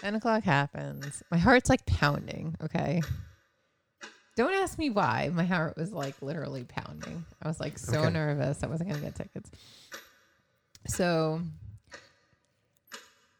Speaker 2: Ten o'clock happens. My heart's like pounding. Okay. Don't ask me why. My heart was like literally pounding. I was like so
Speaker 1: Okay.
Speaker 2: nervous. I wasn't gonna get tickets. So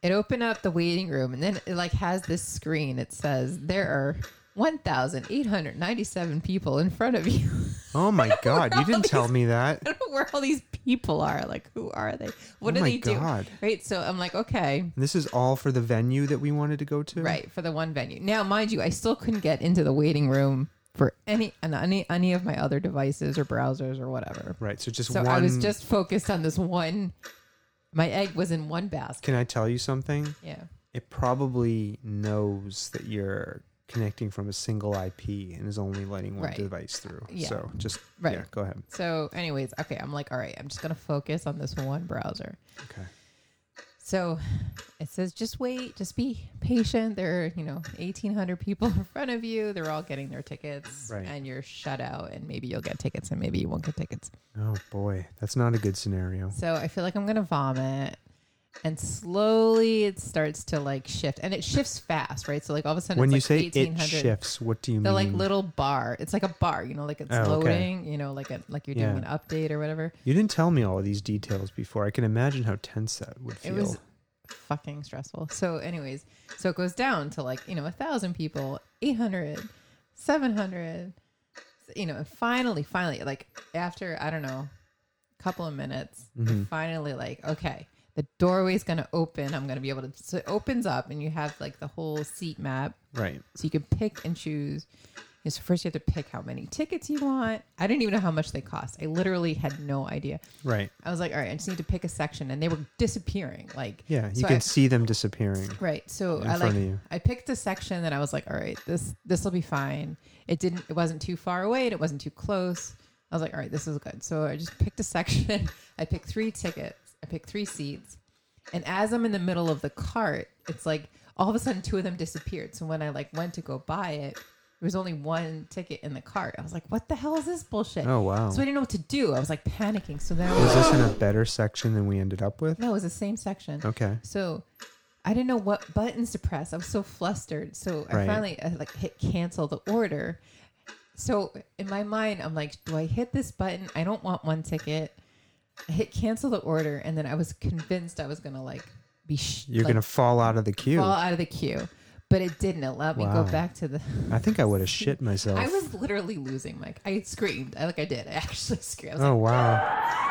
Speaker 2: it opened up the waiting room, and then it like has this screen. It says there are one thousand eight hundred ninety-seven people in front of you.
Speaker 1: Oh my god, you didn't tell me that.
Speaker 2: I don't know where all these people are. Like, who are they? What
Speaker 1: Oh
Speaker 2: do
Speaker 1: my
Speaker 2: they do?
Speaker 1: God.
Speaker 2: Right. So I'm like, okay,
Speaker 1: And this is all for the venue that we wanted to go to?
Speaker 2: right for the one venue. Now, mind you, I still couldn't get into the waiting room for any on any any of my other devices or browsers or whatever.
Speaker 1: Right. So just
Speaker 2: So
Speaker 1: one.
Speaker 2: I was just focused on this one. My egg was in one basket.
Speaker 1: Can I tell you something?
Speaker 2: Yeah.
Speaker 1: It probably knows that you're connecting from a single IP and is only letting one
Speaker 2: Right.
Speaker 1: device through.
Speaker 2: Yeah.
Speaker 1: So just,
Speaker 2: Right.
Speaker 1: yeah, go ahead.
Speaker 2: So, anyways, okay, I'm like, all right, I'm just gonna focus on this one browser.
Speaker 1: Okay.
Speaker 2: So it says, just wait, just be patient. There are, you know, 1,800 people in front of you. They're all getting their tickets,
Speaker 1: Right.
Speaker 2: and you're shut out. And maybe you'll get tickets, and maybe you won't get tickets.
Speaker 1: Oh, boy. That's not a good scenario.
Speaker 2: So I feel like I'm gonna vomit. And slowly it starts to like shift, and it shifts fast, right? So like all of a sudden,
Speaker 1: When you
Speaker 2: it's
Speaker 1: say
Speaker 2: like
Speaker 1: it
Speaker 2: 1,800
Speaker 1: shifts, what do you
Speaker 2: the
Speaker 1: mean?
Speaker 2: like little bar. It's like a bar, you know, like it's
Speaker 1: Oh, okay.
Speaker 2: loading, you know, like a, like you're
Speaker 1: Yeah.
Speaker 2: doing an update or whatever.
Speaker 1: you didn't tell me all of these details before. I can imagine how tense that would feel.
Speaker 2: It was fucking stressful. So, anyways, so it goes down to like you know a thousand people, 800, 700, you know, and finally, finally, like after I don't know, a couple of minutes,
Speaker 1: Mhm.
Speaker 2: finally, like okay. The doorway's gonna open. I'm gonna be able to. So it opens up, and you have like the whole seat map,
Speaker 1: Right.
Speaker 2: So you can pick and choose. And so first you have to pick how many tickets you want. I didn't even know how much they cost. I literally had no idea.
Speaker 1: Right.
Speaker 2: I was like, all right, I just need to pick a section, and they were disappearing. Like,
Speaker 1: Yeah. You
Speaker 2: so
Speaker 1: can
Speaker 2: I-
Speaker 1: see them disappearing.
Speaker 2: right. So
Speaker 1: in
Speaker 2: I
Speaker 1: front
Speaker 2: like
Speaker 1: of you.
Speaker 2: I picked a section that I was like, all right, this this will be fine. It didn't. It wasn't too far away, and it wasn't too close. I was like, all right, this is good. So I just picked a section. I picked three tickets. I picked three seats. And as I'm in the middle of the cart, it's like all of a sudden two of them disappeared. So when I like went to go buy it, there was only one ticket in the cart. I was like, what the hell is this bullshit?
Speaker 1: Oh, wow.
Speaker 2: So I didn't know what to do. I was like panicking. So then I
Speaker 1: Was
Speaker 2: was like,
Speaker 1: this in a better section than we ended up with?
Speaker 2: no, it was the same section.
Speaker 1: Okay.
Speaker 2: So I didn't know what buttons to press. I was so flustered. So
Speaker 1: Right.
Speaker 2: I finally uh, like hit cancel the order. So in my mind, I'm like, do I hit this button? I don't want one ticket. I hit cancel the order, and then I was convinced I was gonna like be sh-
Speaker 1: You're
Speaker 2: like,
Speaker 1: going to fall out of the queue.
Speaker 2: fall out of the queue, but it didn't. It let me go
Speaker 1: Wow.
Speaker 2: back to the.
Speaker 1: I think I would have shit myself.
Speaker 2: I was literally losing. Like I screamed. I like I did. I actually screamed. I was
Speaker 1: Oh, wow.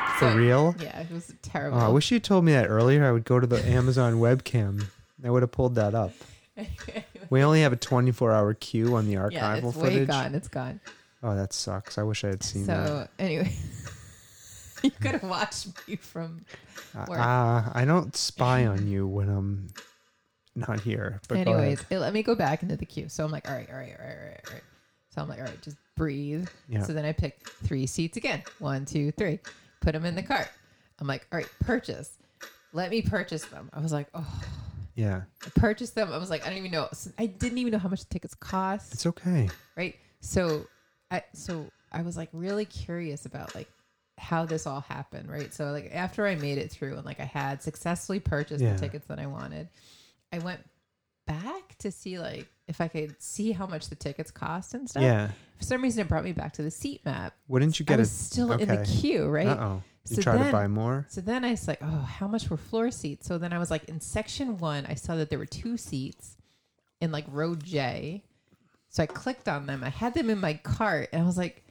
Speaker 2: like,
Speaker 1: For
Speaker 2: so-
Speaker 1: real?
Speaker 2: Yeah, it was terrible.
Speaker 1: Oh, I wish you told me that earlier. I would go to the Amazon webcam. I would have pulled that up. We only have a 24 hour queue on the archival
Speaker 2: yeah, it's
Speaker 1: footage.
Speaker 2: way gone. It's gone.
Speaker 1: Oh, that sucks. I wish I had seen that.
Speaker 2: So anyway, you could have watched me from. work.
Speaker 1: Ah, I don't spy on you when I'm not here. But go ahead.
Speaker 2: Anyways, it let me go back into the queue. So I'm like, all right, all right, all right, all right, all right. So I'm like, all right, just breathe.
Speaker 1: Yeah.
Speaker 2: So then I picked three seats again. One, two, three. Put them in the cart. I'm like, all right, purchase. Let me purchase them. I was like, oh,
Speaker 1: yeah,
Speaker 2: I purchased them. I was like, I don't even know. I didn't even know how much the tickets cost.
Speaker 1: it's okay.
Speaker 2: right so i so i was like really curious about like how this all happened right so like after i made it through and like i had successfully purchased
Speaker 1: Yeah.
Speaker 2: the tickets that i wanted i went back to see like if i could see how much the tickets cost and stuff
Speaker 1: Yeah.
Speaker 2: for some reason it brought me back to the seat map
Speaker 1: Wouldn't you
Speaker 2: i
Speaker 1: get
Speaker 2: was
Speaker 1: a
Speaker 2: still in the
Speaker 1: okay. Uh-uh.
Speaker 2: queue right
Speaker 1: Uh-oh. You
Speaker 2: So
Speaker 1: try to
Speaker 2: then-
Speaker 1: buy more?
Speaker 2: so then I was like, oh, how much were floor seats? So then I was like, in section one, I saw that there were two seats in like row J. So I clicked on them. I had them in my cart and I was like,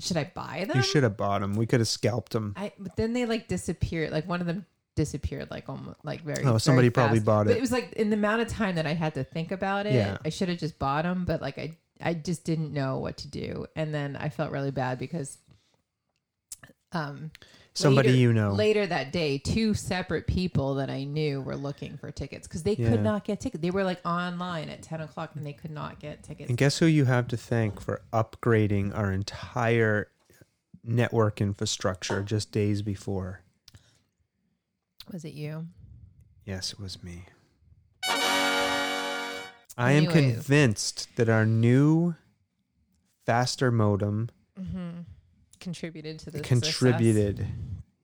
Speaker 2: should I buy them?
Speaker 1: You should have bought them. We could have scalped them.
Speaker 2: I, but then they like disappeared. Like one of them disappeared, like almost like very.
Speaker 1: Oh,
Speaker 2: very
Speaker 1: somebody probably
Speaker 2: fast.
Speaker 1: bought
Speaker 2: But
Speaker 1: it.
Speaker 2: it was like in the amount of time that I had to think about it.
Speaker 1: Yeah.
Speaker 2: I should have just bought them, but like I, I just didn't know what to do, and then I felt really bad because, um,
Speaker 1: Somebody
Speaker 2: later-
Speaker 1: you know.
Speaker 2: Later that day, two separate people that I knew were looking for tickets because they
Speaker 1: Yeah.
Speaker 2: could not get tickets. They were like online at ten o'clock and they could not get tickets.
Speaker 1: And guess who you have to thank for upgrading our entire network infrastructure just days before?
Speaker 2: Was it you?
Speaker 1: Yes, it was me. I am
Speaker 2: Anyway.
Speaker 1: convinced that our new faster modem
Speaker 2: Contributed to the
Speaker 1: contributed,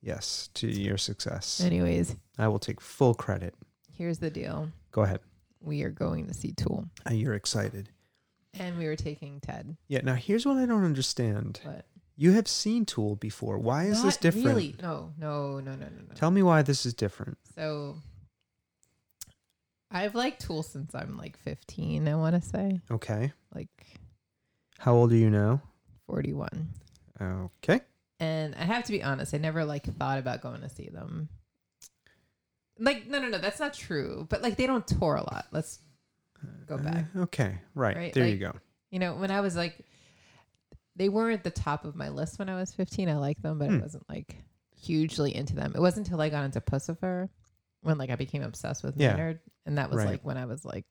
Speaker 1: yes, to your success.
Speaker 2: success. Anyways,
Speaker 1: I will take full credit.
Speaker 2: here's the deal:
Speaker 1: Go ahead.
Speaker 2: we are going to see Tool,
Speaker 1: Uh, You're excited.
Speaker 2: and we were taking Ted.
Speaker 1: Yeah, now here's what I don't understand.
Speaker 2: But
Speaker 1: You have seen Tool before. Why is this
Speaker 2: Not
Speaker 1: different?
Speaker 2: Really? No, no, no, no, no, no.
Speaker 1: Tell me why this is different.
Speaker 2: so. I've liked Tool since I'm like 15, I want to say,
Speaker 1: Okay.
Speaker 2: like
Speaker 1: How old are you now?
Speaker 2: 41.
Speaker 1: Okay.
Speaker 2: and I have to be honest, I never like thought about going to see them. Like, no, no, no, that's not true. But like, they don't tour a lot. Let's go
Speaker 1: Uh-huh.
Speaker 2: back.
Speaker 1: Eh, Okay, right.
Speaker 2: Right,
Speaker 1: There you
Speaker 2: like-
Speaker 1: go.
Speaker 2: You know, when I was like, they weren't the top of my list when I was 15. I liked them,
Speaker 1: Hmm.
Speaker 2: but I wasn't like hugely into them. It wasn't until I got into Pussifer when like I became obsessed with
Speaker 1: Yeah.
Speaker 2: Maynard. And that was
Speaker 1: Right.
Speaker 2: like when I was like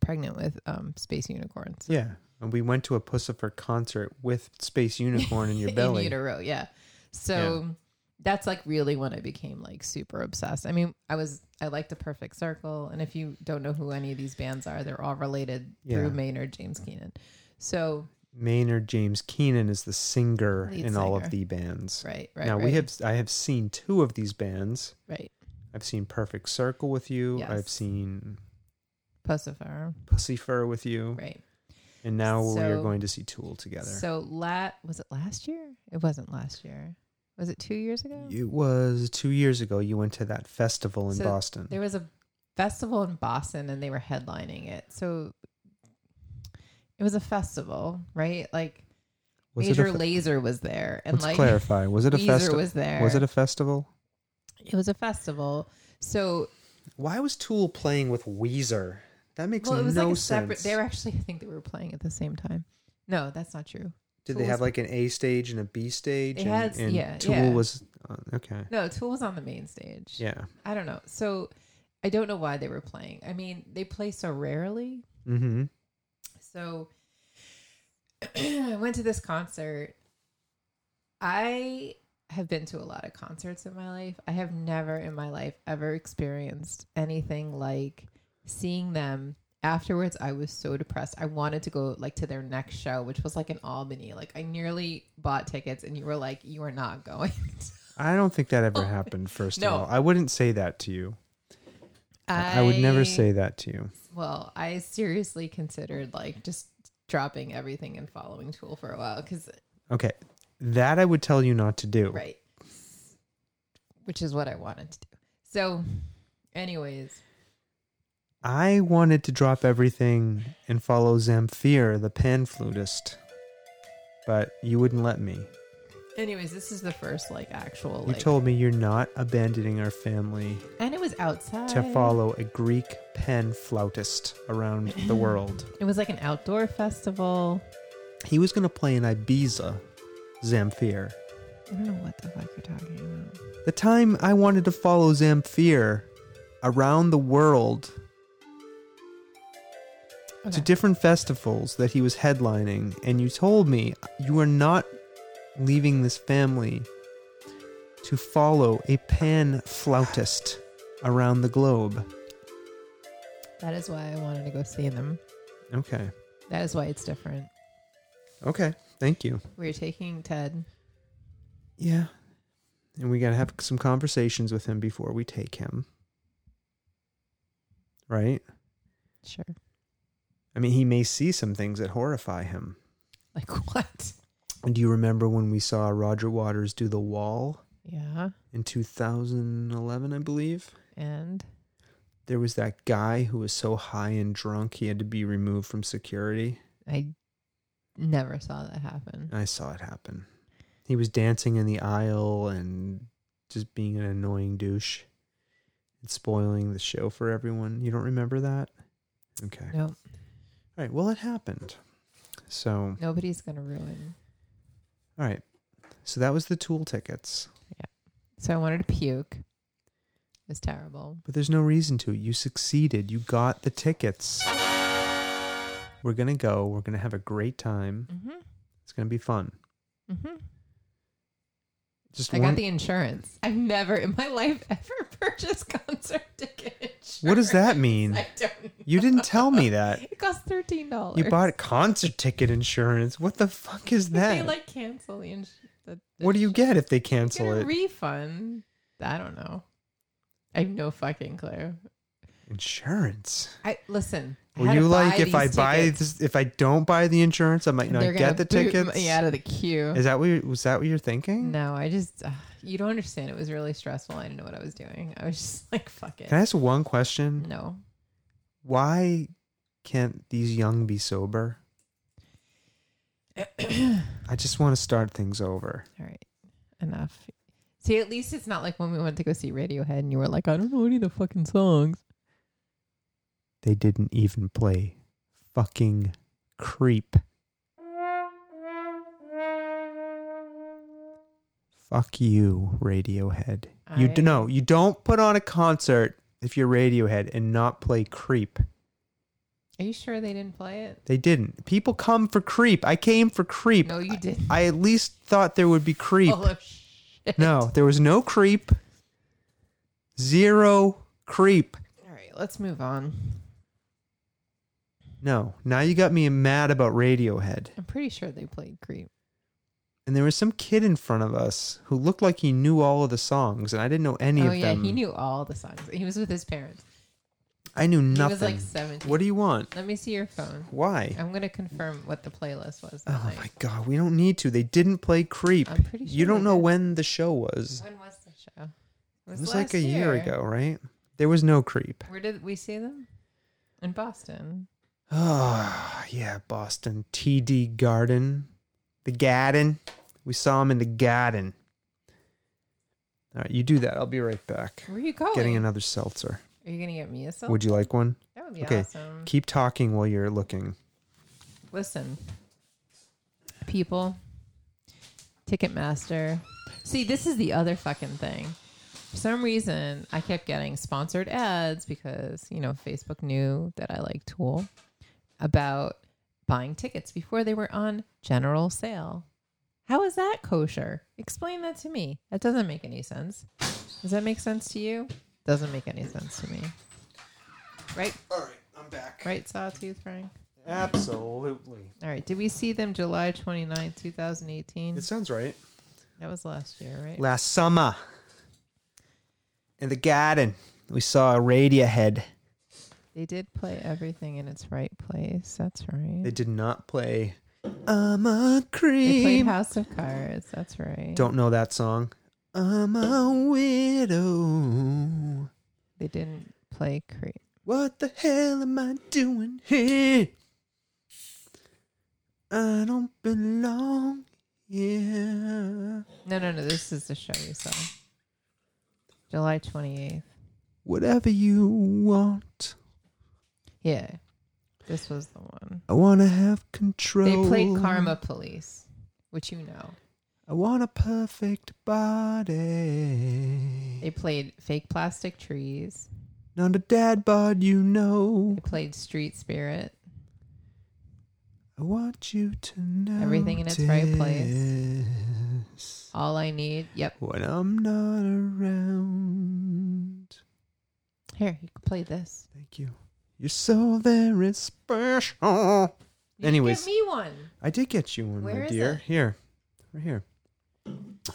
Speaker 2: pregnant with um Space Unicorns.
Speaker 1: Yeah. And we went to a Pussifer concert with Space Unicorn in your belly.
Speaker 2: in utero. Yeah. So that's like really when I became like super obsessed. I mean, I was I liked the Perfect Circle, and if you don't know who any of these bands are, they're all related
Speaker 1: Yeah.
Speaker 2: through Maynard James Keenan. So
Speaker 1: Maynard James Keenan is the singer
Speaker 2: Lead
Speaker 1: in all of
Speaker 2: singer.
Speaker 1: the bands.
Speaker 2: right, right.
Speaker 1: now
Speaker 2: right,
Speaker 1: we have I have seen two of these bands.
Speaker 2: right
Speaker 1: I've seen Perfect Circle with you. I've
Speaker 2: Yes.
Speaker 1: seen
Speaker 2: Pussifer,
Speaker 1: Pussy Fur with you.
Speaker 2: right?
Speaker 1: And now we are
Speaker 2: So-
Speaker 1: going to see Tool together.
Speaker 2: So lat was it last year? It wasn't last year. Was it two years ago?
Speaker 1: it was two years ago you went to that festival in
Speaker 2: So
Speaker 1: Boston.
Speaker 2: There was a festival in Boston and they were headlining it. So it was a festival, right? Like
Speaker 1: was it
Speaker 2: Major
Speaker 1: a fe-
Speaker 2: Laser was there, and
Speaker 1: Let's
Speaker 2: like
Speaker 1: clarify. Was it a
Speaker 2: Weezer
Speaker 1: festival?
Speaker 2: was there.
Speaker 1: Was it a festival?
Speaker 2: it was a festival. So
Speaker 1: Why was Tool playing with Weezer? That makes
Speaker 2: well, it was
Speaker 1: no
Speaker 2: like a separate.
Speaker 1: sense.
Speaker 2: They were actually, I think, they were playing at the same time. No, that's not true.
Speaker 1: Did
Speaker 2: Tool
Speaker 1: they have
Speaker 2: was-
Speaker 1: like an A stage and a B stage?
Speaker 2: They
Speaker 1: and,
Speaker 2: had-
Speaker 1: and
Speaker 2: yeah,
Speaker 1: Tool
Speaker 2: yeah.
Speaker 1: was uh, okay.
Speaker 2: No, Tool was on the main stage.
Speaker 1: Yeah.
Speaker 2: I don't know. So I don't know why they were playing. I mean, they play so rarely.
Speaker 1: Mm-hmm.
Speaker 2: So I went to this concert. I have been to a lot of concerts in my life. I have never in my life ever experienced anything like seeing them. Afterwards, I was so depressed. I wanted to go like to their next show, which was like in Albany. Like I nearly bought tickets, and you were like, "You are not going."
Speaker 1: I don't think that ever happened. First
Speaker 2: Oh, No.
Speaker 1: of all, I wouldn't say that to you. I, I would never say that to you.
Speaker 2: Well, I seriously considered like just dropping everything and following Tool for a while because
Speaker 1: Okay, that I would tell you not to do.
Speaker 2: Right. Which is what I wanted to do. So, anyways,
Speaker 1: I wanted to drop everything and follow Zamfir, the pan flutist, but you wouldn't let me.
Speaker 2: anyways, this is the first like actual.
Speaker 1: You
Speaker 2: Like,
Speaker 1: told me you're not abandoning our family
Speaker 2: and it was outside
Speaker 1: to follow a Greek pan flautist around the world.
Speaker 2: It was like an outdoor festival.
Speaker 1: He was going to play in Ibiza, Zamfir.
Speaker 2: I don't know what the fuck you're talking about.
Speaker 1: The time I wanted to follow Zamfir around the world to
Speaker 2: Okay.
Speaker 1: different festivals that he was headlining, and you told me you are not leaving this family to follow a pan flautist around the globe.
Speaker 2: That is why I wanted to go see them.
Speaker 1: Okay.
Speaker 2: That is why it's different.
Speaker 1: Okay. Thank you.
Speaker 2: We were taking Ted.
Speaker 1: Yeah. And we got to have some conversations with him before we take him. Right?
Speaker 2: Sure.
Speaker 1: I mean, he may see some things that horrify him.
Speaker 2: Like what?
Speaker 1: And do you remember when we saw Roger Waters do The Wall
Speaker 2: Yeah.
Speaker 1: in 2011, I believe?
Speaker 2: And
Speaker 1: There was that guy who was so high and drunk he had to be removed from security.
Speaker 2: I never saw that happen.
Speaker 1: I saw it happen. He was dancing in the aisle and just being an annoying douche and spoiling the show for everyone. You don't remember that? Okay. All
Speaker 2: Nope.
Speaker 1: right. Well, it happened. So,
Speaker 2: Nobody's gonna ruin.
Speaker 1: all right. So that was the tool tickets,
Speaker 2: So I wanted to puke. It's terrible.
Speaker 1: but there's no reason to. You succeeded. You got the tickets. We're going to go. We're going to have a great time.
Speaker 2: Mm-hmm.
Speaker 1: It's going to be fun.
Speaker 2: Mm-hmm.
Speaker 1: Just
Speaker 2: I
Speaker 1: one,
Speaker 2: got the insurance. I've never in my life ever purchased concert ticket insurance.
Speaker 1: What does that mean?
Speaker 2: I don't. Know.
Speaker 1: You didn't tell me that.
Speaker 2: It costs thirteen dollars.
Speaker 1: You bought concert ticket insurance. What the fuck is that?
Speaker 2: They like cancel the insurance.
Speaker 1: What do you get if they
Speaker 2: Get
Speaker 1: cancel
Speaker 2: a
Speaker 1: it?
Speaker 2: refund. I don't know. I have no fucking clue.
Speaker 1: insurance.
Speaker 2: I listen. I
Speaker 1: Were
Speaker 2: had to
Speaker 1: you like,
Speaker 2: buy
Speaker 1: if I
Speaker 2: these
Speaker 1: buy
Speaker 2: tickets,
Speaker 1: this, if I don't buy the insurance, I might not
Speaker 2: they're
Speaker 1: get
Speaker 2: gonna
Speaker 1: the
Speaker 2: boot
Speaker 1: tickets?
Speaker 2: Me out of the queue.
Speaker 1: Is that what you, was that what you're thinking?
Speaker 2: no, I just uh, you don't understand. It was really stressful. I didn't know what I was doing. I was just like, fuck it.
Speaker 1: Can I ask one question?
Speaker 2: no,
Speaker 1: Why can't these young be sober? I just want to start things over.
Speaker 2: All right, enough. See, at least it's not like when we went to go see Radiohead and you were like, I don't know any of the fucking songs.
Speaker 1: They didn't even play fucking creep. Fuck you, Radiohead. You
Speaker 2: I-
Speaker 1: d- no, you don't put on a concert if you're Radiohead and not play creep.
Speaker 2: Are you sure they didn't play it?
Speaker 1: They didn't. People come for creep. I came for creep.
Speaker 2: No, Oh, you didn't.
Speaker 1: I at least thought there would be creep.
Speaker 2: Full of shit.
Speaker 1: No, there was no creep. Zero creep.
Speaker 2: All right, let's move on.
Speaker 1: No, now you got me mad about Radiohead.
Speaker 2: I'm pretty sure they played Creep.
Speaker 1: And there was some kid in front of us who looked like he knew all of the songs, and I didn't know any
Speaker 2: oh
Speaker 1: of
Speaker 2: yeah,
Speaker 1: them.
Speaker 2: he knew all the songs. He was with his parents.
Speaker 1: I knew
Speaker 2: was,
Speaker 1: nothing.
Speaker 2: like, Oh, 17.
Speaker 1: What do you want?
Speaker 2: Let me see your phone.
Speaker 1: Why?
Speaker 2: I'm gonna confirm what the playlist was. That
Speaker 1: Oh
Speaker 2: night.
Speaker 1: my god, we don't need to. They didn't play creep.
Speaker 2: I'm pretty
Speaker 1: you
Speaker 2: sure
Speaker 1: don't
Speaker 2: they
Speaker 1: know
Speaker 2: did.
Speaker 1: when the show was.
Speaker 2: When was the show?
Speaker 1: It was like
Speaker 2: last
Speaker 1: a year ago, right? There was no creep.
Speaker 2: Where did we see them? In Boston.
Speaker 1: Ah, yeah, Boston TD Garden, the Garden. We saw him in the Garden. All right, you do that. I'll be right back.
Speaker 2: Where are you going?
Speaker 1: Getting another seltzer.
Speaker 2: Are you gonna get me a seltzer?
Speaker 1: Would you like one?
Speaker 2: That would be
Speaker 1: okay.
Speaker 2: awesome.
Speaker 1: Keep talking while you're looking.
Speaker 2: Listen, people, Ticketmaster. See, this is the other fucking thing. For some reason, I kept getting sponsored ads because, you know, Facebook knew that I like Tool about buying tickets before they were on general sale. How is that kosher? Explain that to me. That doesn't make any sense. Does that make sense to you? Doesn't make any sense to me. Right?
Speaker 1: All right, I'm back.
Speaker 2: Right, Sawtooth Frank?
Speaker 1: Absolutely.
Speaker 2: All right. Did we see them July 29th, 2018?
Speaker 1: It sounds right.
Speaker 2: That was last year, right?
Speaker 1: Last summer, in the Garden, we saw a Radiohead.
Speaker 2: They did play everything in its right place. That's right.
Speaker 1: They did not play "I'm a
Speaker 2: They played
Speaker 1: Creep."
Speaker 2: House of Cards. That's right.
Speaker 1: Don't know that song. I'm a widow.
Speaker 2: They didn't play Creep.
Speaker 1: What the hell am I doing here? I don't belong here.
Speaker 2: No, no, no. This is the show we saw. July 28th.
Speaker 1: Whatever you want,
Speaker 2: Yeah. This was the one.
Speaker 1: I wanna have control.
Speaker 2: They played Karma Police, which you know.
Speaker 1: I want a perfect body.
Speaker 2: They played Fake Plastic Trees.
Speaker 1: Not a dad bod, you know.
Speaker 2: They played Street Spirit.
Speaker 1: I want you to know.
Speaker 2: Everything in its right All I Need. Yep.
Speaker 1: When I'm not around.
Speaker 2: Here, you can play this.
Speaker 1: Thank you. You're so very special.
Speaker 2: You can
Speaker 1: Anyways.
Speaker 2: Get me one.
Speaker 1: I did get you one,
Speaker 2: Where
Speaker 1: my
Speaker 2: is
Speaker 1: dear.
Speaker 2: it?
Speaker 1: Here. Right here.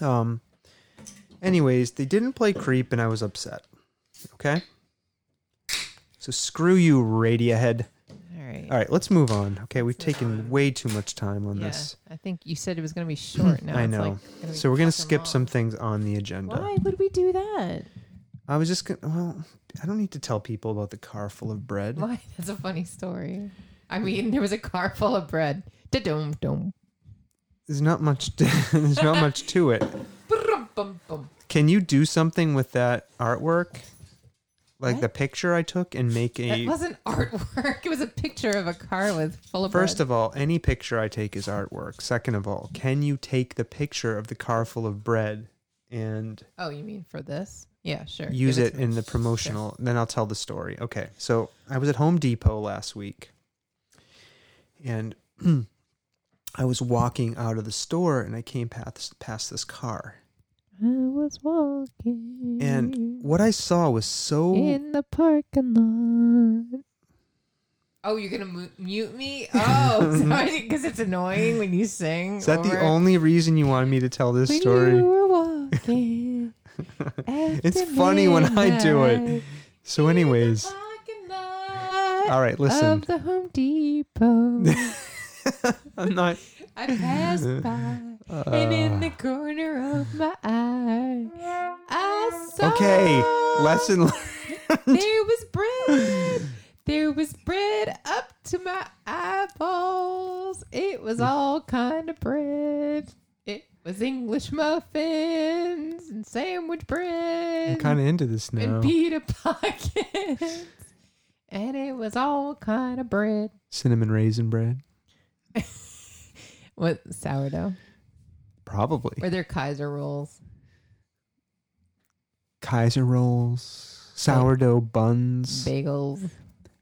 Speaker 1: Um anyways, they didn't play creep and I was upset. Okay? So screw you, Radiohead.
Speaker 2: All right.
Speaker 1: All right, let's move on. Okay, we've taken way too much time on
Speaker 2: Yeah,
Speaker 1: this.
Speaker 2: I think you said it was going to be short. Now
Speaker 1: I
Speaker 2: it's,
Speaker 1: know.
Speaker 2: like, gonna be
Speaker 1: so we're gonna
Speaker 2: fucking
Speaker 1: skip
Speaker 2: long.
Speaker 1: some things on the agenda.
Speaker 2: Why would we do that?
Speaker 1: I was just gonna. Well, I don't need to tell people about the car full of bread.
Speaker 2: Why? That's a funny story. I mean, there was a car full of bread. Da-dum, dum.
Speaker 1: There's not much. there's not much to it.
Speaker 2: Brum, bum, bum.
Speaker 1: Can you do something with that artwork, like
Speaker 2: What?
Speaker 1: the picture I took, and make
Speaker 2: That
Speaker 1: a?
Speaker 2: wasn't artwork. It was a picture of a car with full of
Speaker 1: First
Speaker 2: bread.
Speaker 1: of all, any picture I take is artwork. Second of all, can you take the picture of the car full of bread and
Speaker 2: oh, you mean for this? Yeah, sure.
Speaker 1: use
Speaker 2: Give
Speaker 1: it
Speaker 2: to me.
Speaker 1: in the promotional? Then I'll tell the story. Okay, so I was at Home Depot last week, and I was walking out of the store, and I came past past this car,
Speaker 2: I was walking
Speaker 1: And what I saw was so
Speaker 2: in the parking lot. Oh, you're gonna mu- mute me? Oh, sorry, because it's annoying when you sing.
Speaker 1: Is that the
Speaker 2: over-
Speaker 1: only reason you wanted me to tell this
Speaker 2: When you
Speaker 1: story?
Speaker 2: were walking
Speaker 1: It's
Speaker 2: after
Speaker 1: funny when I do it.
Speaker 2: midnight
Speaker 1: So
Speaker 2: in the
Speaker 1: anyways,
Speaker 2: parking lot
Speaker 1: All right, listen.
Speaker 2: Of the Home Depot,
Speaker 1: I'm not
Speaker 2: I passed by, and
Speaker 1: Uh.
Speaker 2: in the corner of my eye, I saw
Speaker 1: Okay, lesson learned.
Speaker 2: there was bread. There was bread up to my eyeballs. It was all kind of bread. It was English muffins and sandwich bread.
Speaker 1: I'm kind of into this now.
Speaker 2: and pita pockets. and it was all kind of bread.
Speaker 1: Cinnamon raisin bread,
Speaker 2: What sourdough?
Speaker 1: probably.
Speaker 2: Were there Kaiser rolls?
Speaker 1: Kaiser rolls, sourdough buns,
Speaker 2: Bagels.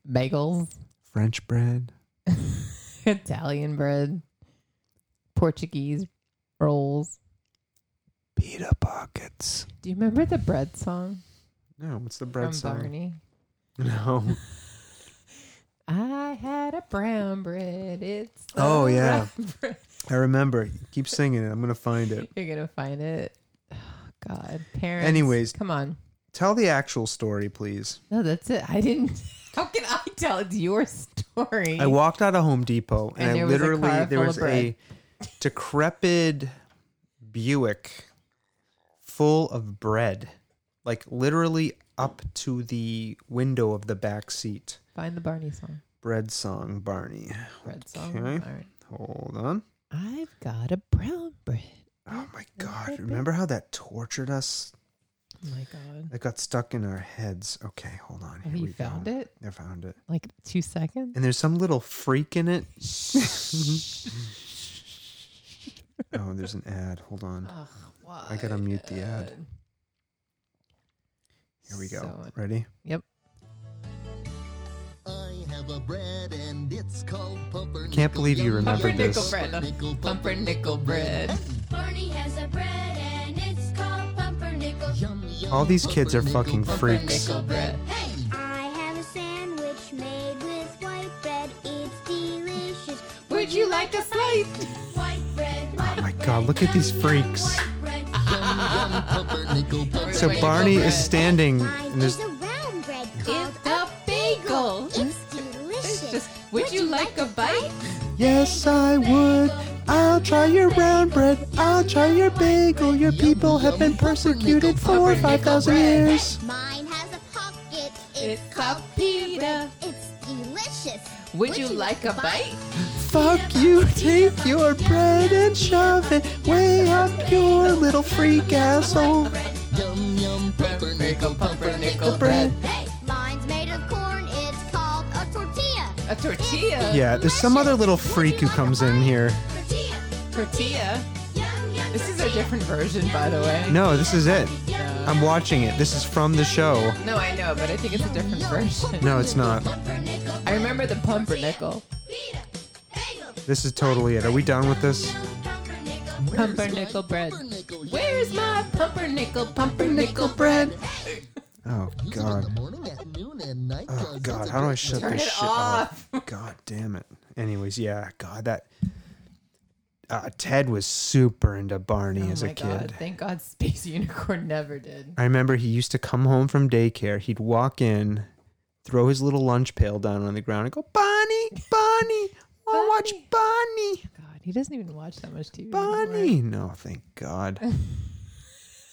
Speaker 2: Bagels.
Speaker 1: French bread,
Speaker 2: Italian bread. Portuguese rolls.
Speaker 1: pita pockets.
Speaker 2: Do you remember the bread song
Speaker 1: No, what's the bread
Speaker 2: from
Speaker 1: song?
Speaker 2: Barney?
Speaker 1: No.
Speaker 2: I had a brown bread. It's the
Speaker 1: Oh, yeah.
Speaker 2: brown bread.
Speaker 1: I remember. Keep singing it. I'm going to find it.
Speaker 2: You're gonna find it. Oh, God, parents.
Speaker 1: Anyways.
Speaker 2: come on.
Speaker 1: Tell the actual story, please.
Speaker 2: No, that's it. I didn't. How can I tell? It's your story.
Speaker 1: I walked out of Home Depot and,
Speaker 2: And
Speaker 1: I
Speaker 2: there was a
Speaker 1: literally
Speaker 2: car
Speaker 1: there
Speaker 2: full of
Speaker 1: was a decrepit Buick full of bread, like literally up to the window of the back seat.
Speaker 2: find the Barney song.
Speaker 1: Bread song, Barney.
Speaker 2: Bread song.
Speaker 1: Okay.
Speaker 2: All right.
Speaker 1: Hold on.
Speaker 2: I've got a brown bread.
Speaker 1: Oh my god! Remember how that tortured us?
Speaker 2: Oh my God.
Speaker 1: That got stuck in our heads. Okay, hold on.
Speaker 2: Have
Speaker 1: Here
Speaker 2: you
Speaker 1: we
Speaker 2: found
Speaker 1: go.
Speaker 2: it?
Speaker 1: I found it.
Speaker 2: Like two seconds.
Speaker 1: And there's some little freak in it. oh, there's an ad. Hold on.
Speaker 2: Ugh, why?
Speaker 1: I gotta mute the ad. Here we go.
Speaker 2: So-
Speaker 1: Ready?
Speaker 2: yep.
Speaker 6: I have a bread and it's called pumpernickel.
Speaker 1: Can't believe you remember
Speaker 2: Pumpernickel
Speaker 1: this.
Speaker 2: bread. Pumpernickel bread.
Speaker 7: Barney has a bread and it's called pumpernickel.
Speaker 6: Yum, yum,
Speaker 1: All these kids are fucking
Speaker 6: pumpernickel,
Speaker 1: freaks.
Speaker 2: Pumpernickel bread.
Speaker 7: I have a sandwich made with white bread. It's delicious.
Speaker 2: Would you like a slice?
Speaker 7: White bread, white
Speaker 1: Oh my
Speaker 7: bread,
Speaker 1: god, look at these
Speaker 7: yum,
Speaker 1: freaks.
Speaker 7: yum, white bread.
Speaker 6: Yum, yum, pumpernickel, pumpernickel.
Speaker 1: So
Speaker 2: Bagel
Speaker 1: Barney
Speaker 2: bread.
Speaker 1: is standing
Speaker 7: Mine
Speaker 1: and
Speaker 7: is
Speaker 1: there's
Speaker 7: a round bread called
Speaker 2: It's a bagel.
Speaker 7: It's delicious.
Speaker 2: It's just, would you like a bite?
Speaker 1: Yes I would. I'll try your round bread. I'll try your bagel. Your people have been persecuted for five thousand years.
Speaker 7: Mine has a pocket. It's,
Speaker 2: It's
Speaker 7: called
Speaker 2: a pita.
Speaker 7: It's delicious.
Speaker 2: Would you like a bite?
Speaker 1: Fuck you, take your bread and shove it way up your little freak asshole.
Speaker 6: Yum, yum, pumpernickel, pumpernickel.
Speaker 1: Bread.
Speaker 7: Hey, mine's made of corn. It's called a tortilla.
Speaker 2: A tortilla.
Speaker 1: Yeah, there's some other little freak who comes in here.
Speaker 7: Tortilla.
Speaker 2: Tortilla.
Speaker 7: Yum, yum,
Speaker 2: This is a
Speaker 7: tortilla.
Speaker 2: different version, by the way.
Speaker 1: No, this is it.
Speaker 7: Yum,
Speaker 1: I'm watching it. This is from the show.
Speaker 2: No, I know, but I think it's a different version.
Speaker 1: No, it's not.
Speaker 7: pumpernickel,
Speaker 2: I remember the pumpernickel.
Speaker 7: pita, bagel,
Speaker 1: This is totally it. Are we done with this?
Speaker 7: yum, pumpernickel.
Speaker 2: Pumpernickel bread. Where's my pumpernickel, pumpernickel bread?
Speaker 1: Oh god.
Speaker 6: Morning, at noon, and night.
Speaker 1: Oh God, how do I shut
Speaker 2: Turn
Speaker 1: this
Speaker 2: it
Speaker 1: shit off? God damn it. Anyways, yeah, God, that uh, Ted was super into Barney as
Speaker 2: oh
Speaker 1: a
Speaker 2: my
Speaker 1: kid.
Speaker 2: god, thank god Space Unicorn never did.
Speaker 1: I remember he used to come home from daycare. He'd walk in, throw his little lunch pail down on the ground, and go, "Barney, Barney, I'll watch Barney,
Speaker 2: God, he doesn't even watch that much TV. anymore.
Speaker 1: Barney." No, thank God.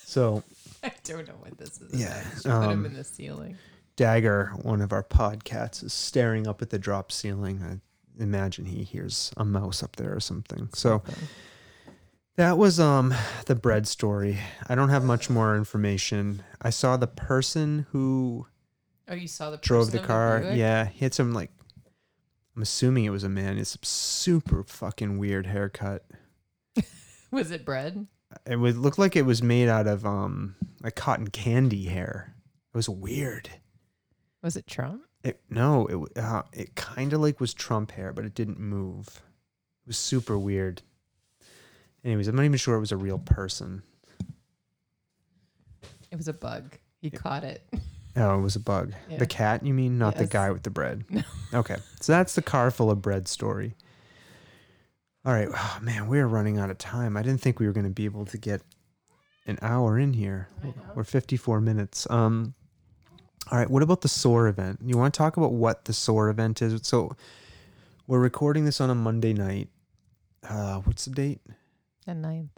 Speaker 1: so
Speaker 2: I don't know what this is.
Speaker 1: Yeah,
Speaker 2: about. Just put him
Speaker 1: um,
Speaker 2: in the ceiling.
Speaker 1: Dagger, one of our podcats, is staring up at the drop ceiling. I imagine he hears a mouse up there or something. So that was um the bread story. I don't have much more information. I saw the person who
Speaker 2: Oh, you saw the
Speaker 1: drove
Speaker 2: person
Speaker 1: the
Speaker 2: on
Speaker 1: car.
Speaker 2: Buick?
Speaker 1: yeah, he had some like I'm assuming it was a man. It's super fucking weird haircut.
Speaker 2: Was it bread?
Speaker 1: It would look like it was made out of um like cotton candy hair. It was weird.
Speaker 2: Was it Trump?
Speaker 1: It, no, it w- uh, it kind of like was Trump hair, but it didn't move. It was super weird. Anyways, I'm not even sure it was a real person.
Speaker 2: It was a bug. He caught it.
Speaker 1: Oh, it was a bug.
Speaker 2: Yeah.
Speaker 1: The cat, you mean, not the
Speaker 2: Yes.
Speaker 1: guy with the bread.
Speaker 2: No.
Speaker 1: Okay, so that's the car full of bread story. All right, oh, man, we're running out of time. I didn't think we were going to be able to get an hour in here. We're 54 minutes. Um, all right, what about the SOAR event? You want to talk about what the SOAR event is? So we're recording this on a Monday night. Uh, what's the date?
Speaker 2: The ninth.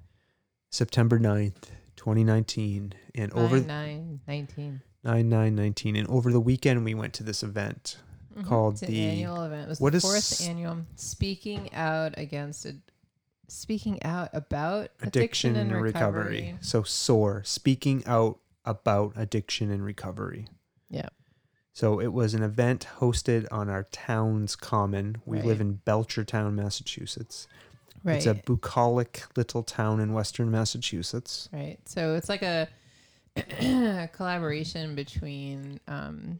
Speaker 1: September 9th, 2019. And over
Speaker 2: Nine, nine, nineteen.
Speaker 1: 9919 and over the weekend we went Mhm. to this event called
Speaker 2: It's an
Speaker 1: the
Speaker 2: annual event. It was
Speaker 1: what
Speaker 2: the
Speaker 1: is
Speaker 2: fourth
Speaker 1: s-
Speaker 2: annual speaking out against ad- speaking out about
Speaker 1: Addiction,
Speaker 2: addiction, and
Speaker 1: recovery.
Speaker 2: recovery.
Speaker 1: So SOAR, speaking out about addiction and recovery.
Speaker 2: Yeah.
Speaker 1: So it was an event hosted on our town's common. We live
Speaker 2: Right.
Speaker 1: in Belchertown, Massachusetts.
Speaker 2: Right.
Speaker 1: It's a bucolic little town in western Massachusetts.
Speaker 2: right. So it's like a, a collaboration between um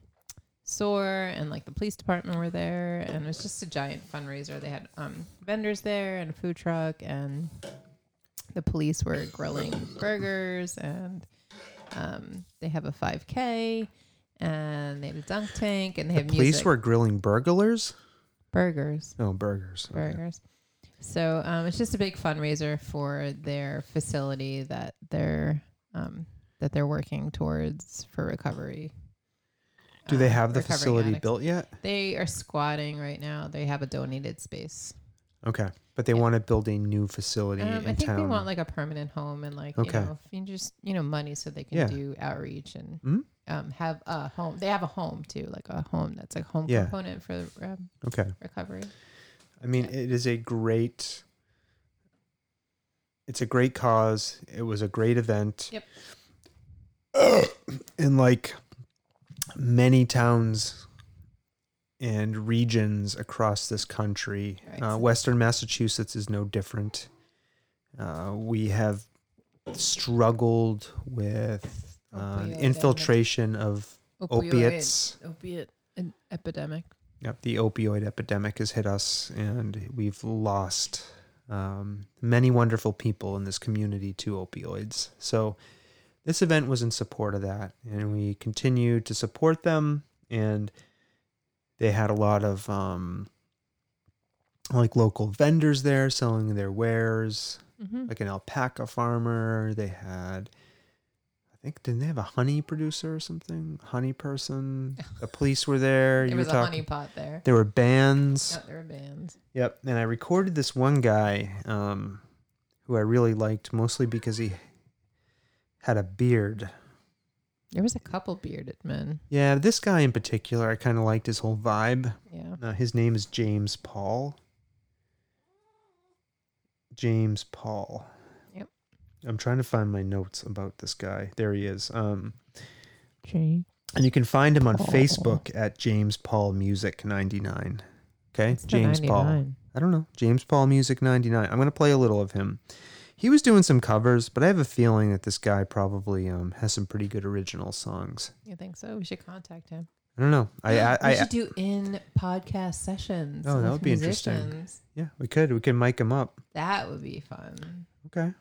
Speaker 2: SOAR and like the police department were there and it was just a giant fundraiser. They had um vendors there and a food truck and the police were grilling burgers and um they have a 5k and they have a dunk tank and they have
Speaker 1: the police
Speaker 2: music.
Speaker 1: were grilling burglars?
Speaker 2: burgers
Speaker 1: No, burgers. Okay.
Speaker 2: burgers so um, it's just a big fundraiser for their facility that they're um, that they're working towards for recovery
Speaker 1: Do they
Speaker 2: um,
Speaker 1: have the
Speaker 2: recovering
Speaker 1: facility
Speaker 2: addicts.
Speaker 1: built yet?
Speaker 2: they are squatting right now they have a donated space
Speaker 1: Okay. But they want to build a new facility
Speaker 2: um, i
Speaker 1: in
Speaker 2: think
Speaker 1: town.
Speaker 2: they want like a permanent home and like
Speaker 1: Okay.
Speaker 2: you know you just you know money so they can
Speaker 1: Yeah.
Speaker 2: do outreach and
Speaker 1: Mhm.
Speaker 2: um, have a home they have a home too like a home that's like home
Speaker 1: Yeah.
Speaker 2: component for um,
Speaker 1: okay.
Speaker 2: recovery
Speaker 1: I mean, it is a great. It's a great cause. It was a great event.
Speaker 2: Yep.
Speaker 1: and like many towns and regions across this country,
Speaker 2: Right.
Speaker 1: uh, Western Massachusetts is no different. Uh, we have struggled with uh,
Speaker 2: Opioid
Speaker 1: infiltration of opiates.
Speaker 2: opiate an epidemic
Speaker 1: Yep, the opioid epidemic has hit us, and we've lost um, many wonderful people in this community to opioids. So, this event was in support of that, and we continue to support them. And they had a lot of um, like local vendors there selling their wares,
Speaker 2: mm-hmm.
Speaker 1: like an alpaca farmer. They had, I think, didn't they have a honey producer or something? Honey person. The police were there.
Speaker 2: There
Speaker 1: you
Speaker 2: was
Speaker 1: were
Speaker 2: a
Speaker 1: talking.
Speaker 2: honey pot there.
Speaker 1: There were bands.
Speaker 2: Yeah, there were bands.
Speaker 1: Yep. And I recorded this one guy um, who I really liked, mostly because he had a beard.
Speaker 2: There was a couple bearded men.
Speaker 1: Yeah, this guy in particular, I kind of liked his whole vibe.
Speaker 2: Yeah.
Speaker 1: Uh, his name is James Paul. James Paul.
Speaker 2: Yep.
Speaker 1: I'm trying to find my notes about this guy. There he is. Um,
Speaker 2: James.
Speaker 1: and you can find him on
Speaker 2: Paul.
Speaker 1: Facebook at James Paul Music 99. Okay, James Paul. I don't know. James Paul Music 99. I'm going to play a little of him. He was doing some covers, but I have a feeling that this guy probably um, has some pretty good original songs.
Speaker 2: You think so? We should contact him.
Speaker 1: I don't know. I, I,
Speaker 2: we
Speaker 1: I
Speaker 2: should do in podcast sessions.
Speaker 1: Oh, that
Speaker 2: with
Speaker 1: would be interesting.
Speaker 2: musicians.
Speaker 1: yeah, we could. We could mic him up.
Speaker 2: That would be fun.
Speaker 1: Okay.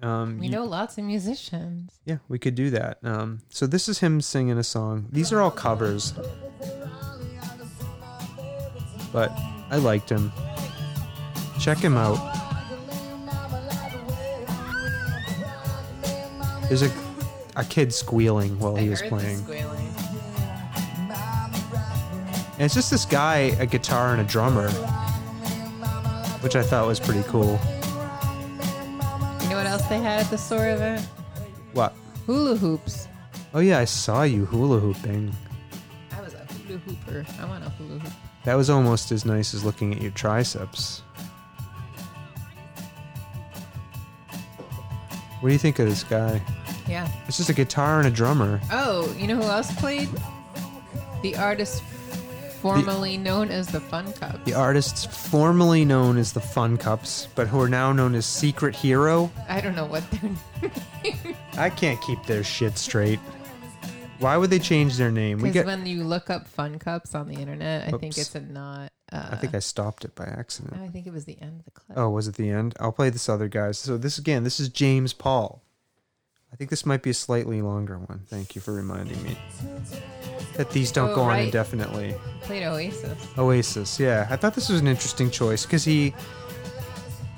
Speaker 1: Um,
Speaker 2: We
Speaker 1: you-
Speaker 2: know lots of musicians.
Speaker 1: Yeah, we could do that. Um, so this is him singing a song. These are all covers, but I liked him. Check him out. There's a a kid squealing while he was playing.
Speaker 2: squealing.
Speaker 1: And it's just this guy, a guitar and a drummer, which I thought was pretty cool.
Speaker 2: You know what else they had at the store event?
Speaker 1: What?
Speaker 2: Hula hoops.
Speaker 1: Oh yeah, I saw you hula hooping.
Speaker 2: I was a hula hooper. I want a hula hoop.
Speaker 1: That was almost as nice as looking at your triceps. What do you think of this guy?
Speaker 2: Yeah.
Speaker 1: It's just a guitar and a drummer.
Speaker 2: Oh, you know who else played? The artist formerly known as the Fun Cup.
Speaker 1: The artists formerly known as the Fun Cups, but who are now known as Secret Hero.
Speaker 2: I don't know what their
Speaker 1: I can't keep their shit straight. Why would they change their name? We
Speaker 2: because
Speaker 1: get.
Speaker 2: when you look up Fun Cups on the internet, I think
Speaker 1: Oops.
Speaker 2: it's a not. Uh,
Speaker 1: I think I stopped it by accident.
Speaker 2: no, I think it was the end of the clip.
Speaker 1: Oh, was it the end? I'll play this other guy. So this again, this is James Paul. I think this might be a slightly longer one. Thank you for reminding me that these don't
Speaker 2: Oh,
Speaker 1: go on
Speaker 2: right.
Speaker 1: indefinitely.
Speaker 2: Played Oasis.
Speaker 1: Oasis, yeah. I thought this was an interesting choice because he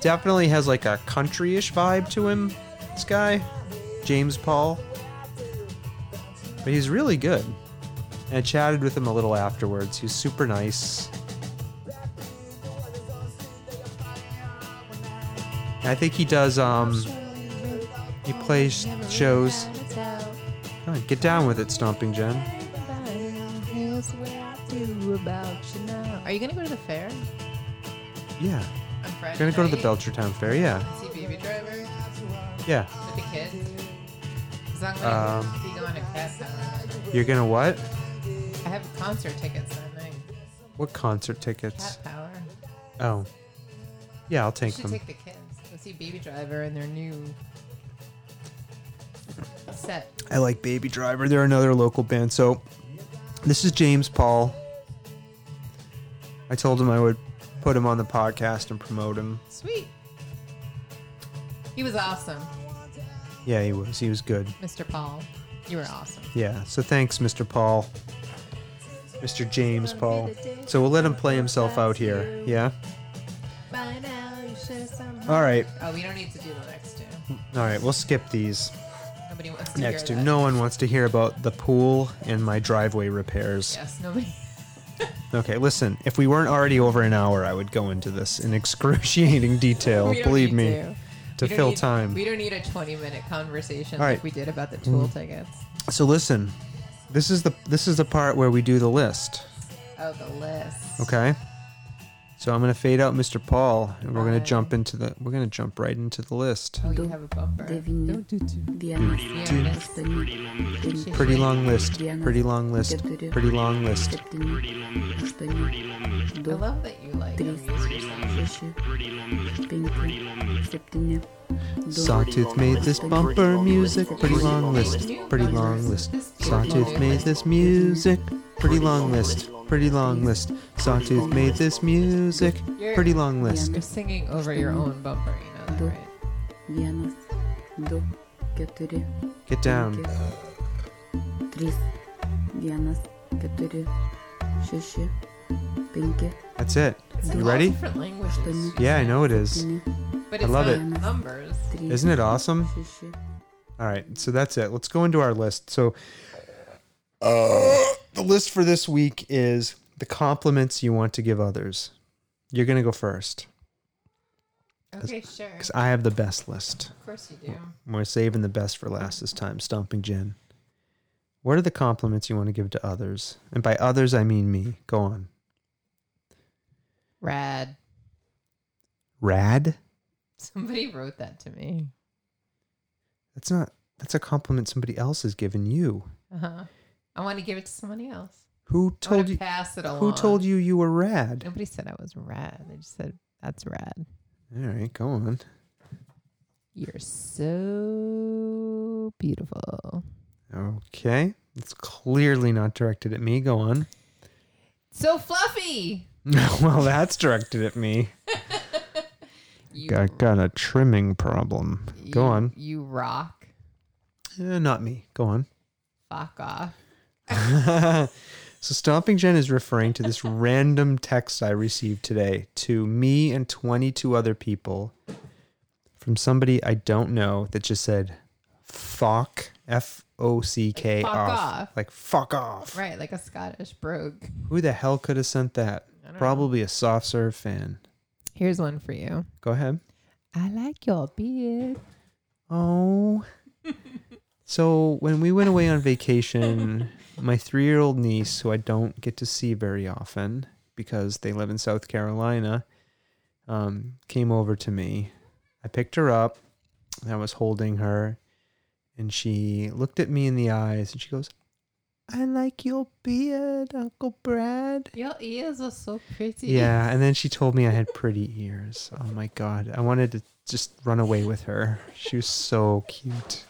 Speaker 1: definitely has like a country-ish vibe to him. This guy, James Paul, but he's really good. And I chatted with him a little afterwards. He was super nice. And I think he does. Um, he plays shows. Come on, get down with it, Stomping Jen.
Speaker 2: Here's where I do about you now? Are you gonna go to the fair
Speaker 1: Yeah.
Speaker 2: on Friday?
Speaker 1: Gonna go to the
Speaker 2: night?
Speaker 1: Belchertown Fair. Yeah.
Speaker 2: See Baby Driver
Speaker 1: Yeah.
Speaker 2: with the kids. 'Cause I'm gonna
Speaker 1: Um,
Speaker 2: be going to Cats that night.
Speaker 1: You're gonna what?
Speaker 2: I have concert tickets that night.
Speaker 1: What concert tickets?
Speaker 2: Cat Power.
Speaker 1: Oh. Yeah, I'll
Speaker 2: You
Speaker 1: take
Speaker 2: should
Speaker 1: them.
Speaker 2: take the kids. Go see Baby Driver and their new set.
Speaker 1: I like Baby Driver. They're another local band. So this is James Paul. I told him I would put him on the podcast and promote him.
Speaker 2: Sweet. He was awesome,
Speaker 1: Yeah, he was. He was good.
Speaker 2: Mr. Paul. You were awesome.
Speaker 1: Yeah. So thanks, Mr. Paul. Mr. James Paul. So we'll let him play himself out here. Yeah.
Speaker 2: By now you should have somehow.
Speaker 1: All right.
Speaker 2: Oh, we don't need to do the next two.
Speaker 1: All right. We'll skip these
Speaker 2: Nobody wants to
Speaker 1: next
Speaker 2: hear
Speaker 1: two.
Speaker 2: that.
Speaker 1: No one wants to hear about the pool and my driveway repairs.
Speaker 2: Yes, nobody.
Speaker 1: Okay, listen. If we weren't already over an hour, I would go into this in excruciating detail.
Speaker 2: We don't
Speaker 1: Believe
Speaker 2: need
Speaker 1: me.
Speaker 2: to.
Speaker 1: to
Speaker 2: We don't
Speaker 1: fill
Speaker 2: need-
Speaker 1: time.
Speaker 2: We don't need a 20 minute conversation
Speaker 1: All right. Mm.
Speaker 2: like we did about the tool tickets.
Speaker 1: So listen, this is the this is the part where we do the list.
Speaker 2: Oh, the list.
Speaker 1: Okay. So I'm gonna fade out Mr. Paul, and we're gonna
Speaker 2: Okay.
Speaker 1: jump into the we're gonna jump right into the list.
Speaker 2: Oh, you have a bumper.
Speaker 8: Devinez bien
Speaker 2: Here it is.
Speaker 8: espagnol.
Speaker 1: Pretty long list. Pretty long list. Pretty long list.
Speaker 8: Septennio, espagnol.
Speaker 2: I
Speaker 8: Do,
Speaker 2: love that you like
Speaker 8: tres,
Speaker 2: amuse yourself.
Speaker 8: cheche, pinto, septennio.
Speaker 1: Sawtooth made this bumper music. Pretty long list. Pretty long list. Sawtooth made this music. Pretty long list. Pretty long list. Sawtooth made this music. Pretty long list.
Speaker 2: You're singing over your own bumper, you know that,
Speaker 8: Do,
Speaker 2: right?
Speaker 8: vienas, du, keturi,
Speaker 1: Get down.
Speaker 8: penki, trys, vienas, keturi, šeši, penki,
Speaker 1: That's it.
Speaker 2: It's in
Speaker 1: You
Speaker 2: all
Speaker 1: ready?
Speaker 2: Different languages.
Speaker 8: Aštuoni.
Speaker 1: Yeah, I know it is.
Speaker 8: septyni,
Speaker 2: But
Speaker 1: I
Speaker 2: it's
Speaker 1: love
Speaker 2: not
Speaker 1: it.
Speaker 2: numbers.
Speaker 8: trys,
Speaker 1: Isn't it awesome?
Speaker 8: šeši.
Speaker 1: All right, so that's it. Let's go into our list. So, uh, the list for this week is the compliments you want to give others. You're gonna go first
Speaker 2: Okay, sure.
Speaker 1: because I have the best list.
Speaker 2: Of course you do.
Speaker 1: We're saving the best for last this time. Stomping Jen. What are the compliments you want to give to others? And by others, I mean me. Go on.
Speaker 2: Rad.
Speaker 1: Rad.
Speaker 2: Somebody wrote that to me.
Speaker 1: That's not. That's a compliment somebody else has given you.
Speaker 2: Uh huh. I want to give it to somebody else.
Speaker 1: Who
Speaker 2: I want
Speaker 1: told
Speaker 2: to
Speaker 1: you?
Speaker 2: pass it along.
Speaker 1: Who told you you were rad?
Speaker 2: Nobody said I was rad. They just said that's rad.
Speaker 1: All right, go on.
Speaker 2: You're so beautiful.
Speaker 1: Okay. It's clearly not directed at me. Go on.
Speaker 2: So fluffy.
Speaker 1: well, that's directed at me.
Speaker 2: You,
Speaker 1: I got a trimming problem.
Speaker 2: you-
Speaker 1: Go on.
Speaker 2: You rock.
Speaker 1: Eh, not me. Go on.
Speaker 2: Fuck off.
Speaker 1: So, Stomping Jen is referring to this random text I received today to me and 22 other people from somebody I don't know that just said, fuck, F O C K
Speaker 2: Like, fuck
Speaker 1: off.
Speaker 2: off.
Speaker 1: Like, fuck off.
Speaker 2: Right, like a Scottish brogue.
Speaker 1: Who the hell could have sent that?
Speaker 2: don't know.
Speaker 1: Probably a soft serve fan.
Speaker 2: Here's one for you.
Speaker 1: Go ahead.
Speaker 2: I like your beard.
Speaker 1: Oh. so when we went away on vacation, my three year old niece, who I don't get to see very often because they live in South Carolina, um, came over to me. I picked her up. and I was holding her. And she looked at me in the eyes and she goes, I like your beard, Uncle Brad.
Speaker 2: Your ears are so pretty.
Speaker 1: Yeah, and then she told me I had pretty ears. Oh my god. I wanted to just run away with her. She was so cute.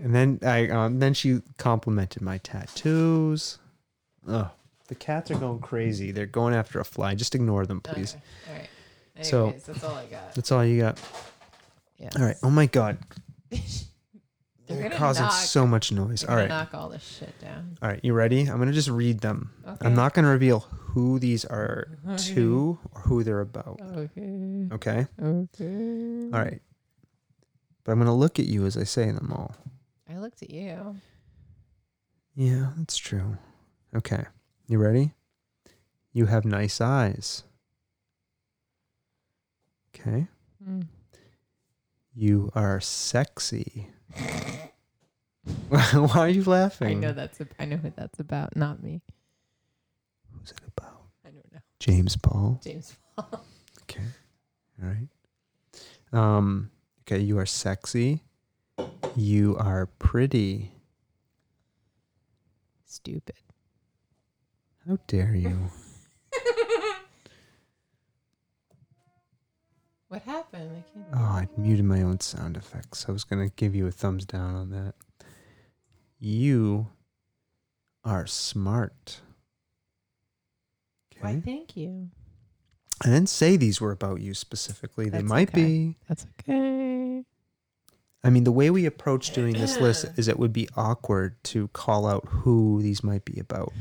Speaker 1: And then I um, then she complimented my tattoos. Ugh. The cats are going crazy. They're going after a fly. Just ignore them, please.
Speaker 2: Okay, All right. Anyways,
Speaker 1: So-
Speaker 2: that's all I got.
Speaker 1: That's all you got.
Speaker 2: Yeah.
Speaker 1: All right. Oh my god.
Speaker 2: You're
Speaker 1: They're
Speaker 2: gonna
Speaker 1: causing
Speaker 2: knock-
Speaker 1: so much noise.
Speaker 2: you're
Speaker 1: All right.
Speaker 2: gonna Knock all this shit down.
Speaker 1: All right, you ready? I'm going to just read them.
Speaker 2: Okay.
Speaker 1: I'm not going to reveal who these are to or who they're about.
Speaker 2: Okay.
Speaker 1: Okay?
Speaker 2: Okay.
Speaker 1: All right. But I'm going to look at you as I say them all.
Speaker 2: I looked at you.
Speaker 1: Yeah, that's true. Okay. You ready? You have nice eyes. Okay.
Speaker 2: Mm.
Speaker 1: You are sexy. Why are you laughing?
Speaker 2: I know that's. A, I know what that's about. Not me.
Speaker 1: Who's it about?
Speaker 2: I don't know.
Speaker 1: James Paul.
Speaker 2: James Paul.
Speaker 1: Okay. All right. Um, okay, you are sexy. You are pretty.
Speaker 2: Stupid.
Speaker 1: How dare you?
Speaker 2: What happened? I can't.
Speaker 1: Oh, I muted my own sound effects. I was going to give you a thumbs down on that. You are smart.
Speaker 2: Why,
Speaker 1: Okay.
Speaker 2: thank you.
Speaker 1: I didn't say these were about you specifically. They
Speaker 2: That's
Speaker 1: might
Speaker 2: okay.
Speaker 1: be.
Speaker 2: That's okay.
Speaker 1: I mean, the way we approach doing this list is it would be awkward to call out who these might be about,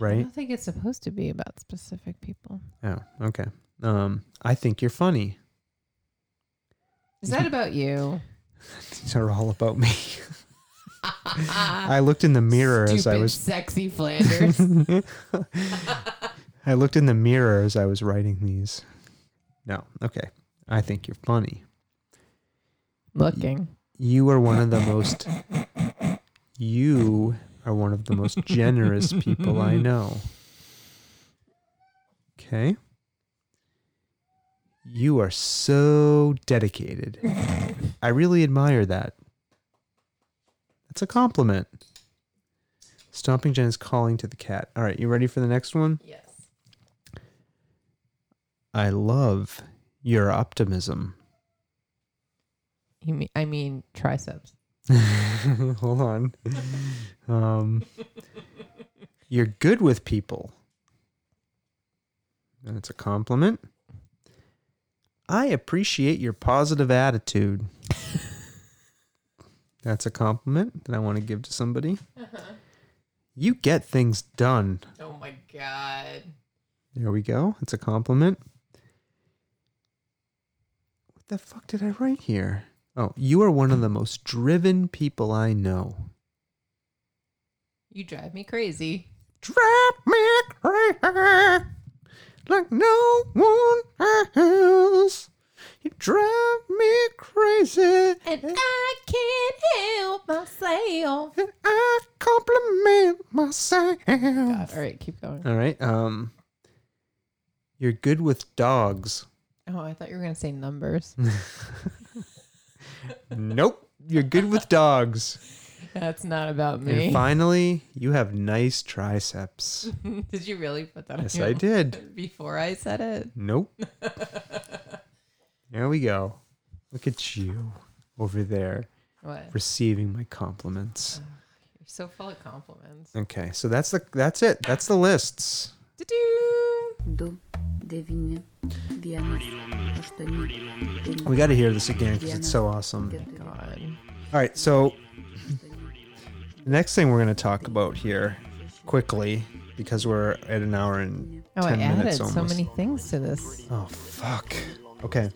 Speaker 2: I
Speaker 1: right?
Speaker 2: don't think it's supposed to be about specific people.
Speaker 1: Oh, okay. Um, I think you're funny.
Speaker 2: Is that about you?
Speaker 1: These are all about me. I looked in the mirror as I
Speaker 2: Ah, Stupid,
Speaker 1: was.
Speaker 2: sexy Flanders.
Speaker 1: I looked in the mirror as I was writing these. No, okay. I think you're funny.
Speaker 2: Looking.
Speaker 1: You are one of the most. You are one of the most generous people I know. Okay. You are so dedicated. I really admire that. That's a compliment. Stomping Jen is calling to the cat. All right, you ready for the next one?
Speaker 2: Yes.
Speaker 1: I love your optimism.
Speaker 2: You mean? I mean triceps.
Speaker 1: Hold on. Um, you're good with people. That's a compliment. I appreciate your positive attitude. That's a compliment that I want to give to somebody. You get things done.
Speaker 2: Oh my god.
Speaker 1: There we go. That's a compliment. What the fuck did I write here? Oh, you are one of the most driven people I know.
Speaker 2: You drive me crazy.
Speaker 1: Trap me crazy like no one else. You drive me crazy,
Speaker 2: And I can't help myself.
Speaker 1: and I compliment myself.
Speaker 2: God. All right, keep going.
Speaker 1: All right. Um, you're good with dogs.
Speaker 2: Oh, I thought you were gonna say numbers.
Speaker 1: Nope. You're good with dogs.
Speaker 2: That's not about
Speaker 1: And
Speaker 2: me.
Speaker 1: finally, you have nice triceps.
Speaker 2: did you really put that? on
Speaker 1: Yes,
Speaker 2: your
Speaker 1: I did.
Speaker 2: Before I said it.
Speaker 1: Nope. There we go. Look at you over there
Speaker 2: What? You're
Speaker 1: receiving my compliments.
Speaker 2: so full of compliments.
Speaker 1: Okay, so that's the that's it. That's the lists.
Speaker 2: Do-do.
Speaker 8: du, devyni, vienas, aštuoni, penki,
Speaker 1: We got to hear this again because it's so awesome.
Speaker 8: keturi,
Speaker 2: God.
Speaker 1: All right, so the next thing we're going to talk about here quickly because we're at an hour and
Speaker 2: Oh, I
Speaker 1: ten
Speaker 2: added
Speaker 1: minutes almost.
Speaker 2: so many things to this.
Speaker 1: Oh fuck. Okay.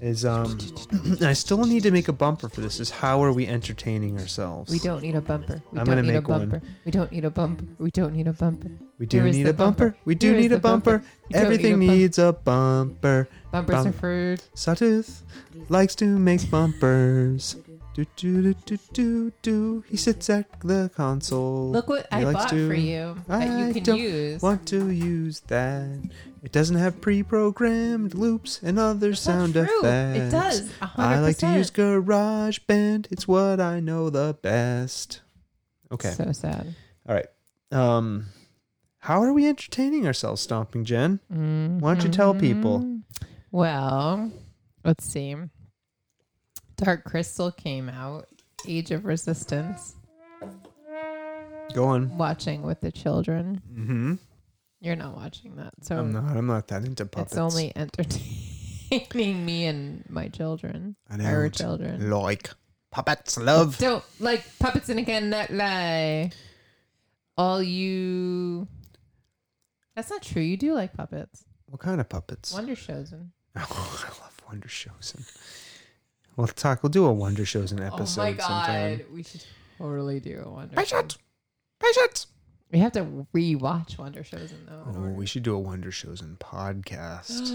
Speaker 1: Is um I still need to make a bumper for this. Is how are we entertaining ourselves?
Speaker 2: We don't need a bumper. We
Speaker 1: I'm
Speaker 2: don't
Speaker 1: gonna
Speaker 2: need a
Speaker 1: make one.
Speaker 2: bumper. We don't need a bumper. We don't need a bumper.
Speaker 1: We do
Speaker 2: There is
Speaker 1: need
Speaker 2: the
Speaker 1: a bumper.
Speaker 2: bumper.
Speaker 1: We do
Speaker 2: There is
Speaker 1: need a
Speaker 2: the bumper.
Speaker 1: bumper.
Speaker 2: We don't need
Speaker 1: Everything
Speaker 2: a bump-
Speaker 1: needs a bumper.
Speaker 2: Bumpers
Speaker 1: Bum-
Speaker 2: are for
Speaker 1: Sawtooth likes to make bumpers. Do do do do do do. He sits at the console.
Speaker 2: Look what
Speaker 1: He
Speaker 2: I
Speaker 1: likes
Speaker 2: bought
Speaker 1: to-
Speaker 2: for you that
Speaker 1: I
Speaker 2: you can
Speaker 1: don't
Speaker 2: use.
Speaker 1: Want to use that? It doesn't have pre-programmed loops and other
Speaker 2: That's not
Speaker 1: sound
Speaker 2: true.
Speaker 1: effects.
Speaker 2: It does. a
Speaker 1: I
Speaker 2: hundred
Speaker 1: like to use
Speaker 2: percent.
Speaker 1: GarageBand. It's what I know the best. Okay.
Speaker 2: So sad.
Speaker 1: All right. Um, how are we entertaining ourselves, Stomping Jen? Why don't you tell people?
Speaker 2: Mm-hmm. Well, let's see. Dark Crystal came out. Age of Resistance.
Speaker 1: Go on.
Speaker 2: Watching with the children.
Speaker 1: Mm-hmm.
Speaker 2: You're not watching that, so
Speaker 1: I'm not. I'm not that into puppets.
Speaker 2: it's only entertaining me and my children.
Speaker 1: I
Speaker 2: Our
Speaker 1: don't
Speaker 2: children.
Speaker 1: like puppets. Love.
Speaker 2: Don't like puppets and again that lie. All you. That's not true. You do like puppets.
Speaker 1: What kind of puppets?
Speaker 2: Wonder shows and.
Speaker 1: Oh, I love Wonder Shows. And we'll talk. We'll do a Wonder Shows and episode
Speaker 2: oh my god,
Speaker 1: sometime.
Speaker 2: we should totally do a Wonder.
Speaker 1: Patient,
Speaker 2: Shows.
Speaker 1: patient.
Speaker 2: We have to rewatch Wonder shows and though. in
Speaker 1: Oh,
Speaker 2: order.
Speaker 1: we should do a Wonder Shows and podcast.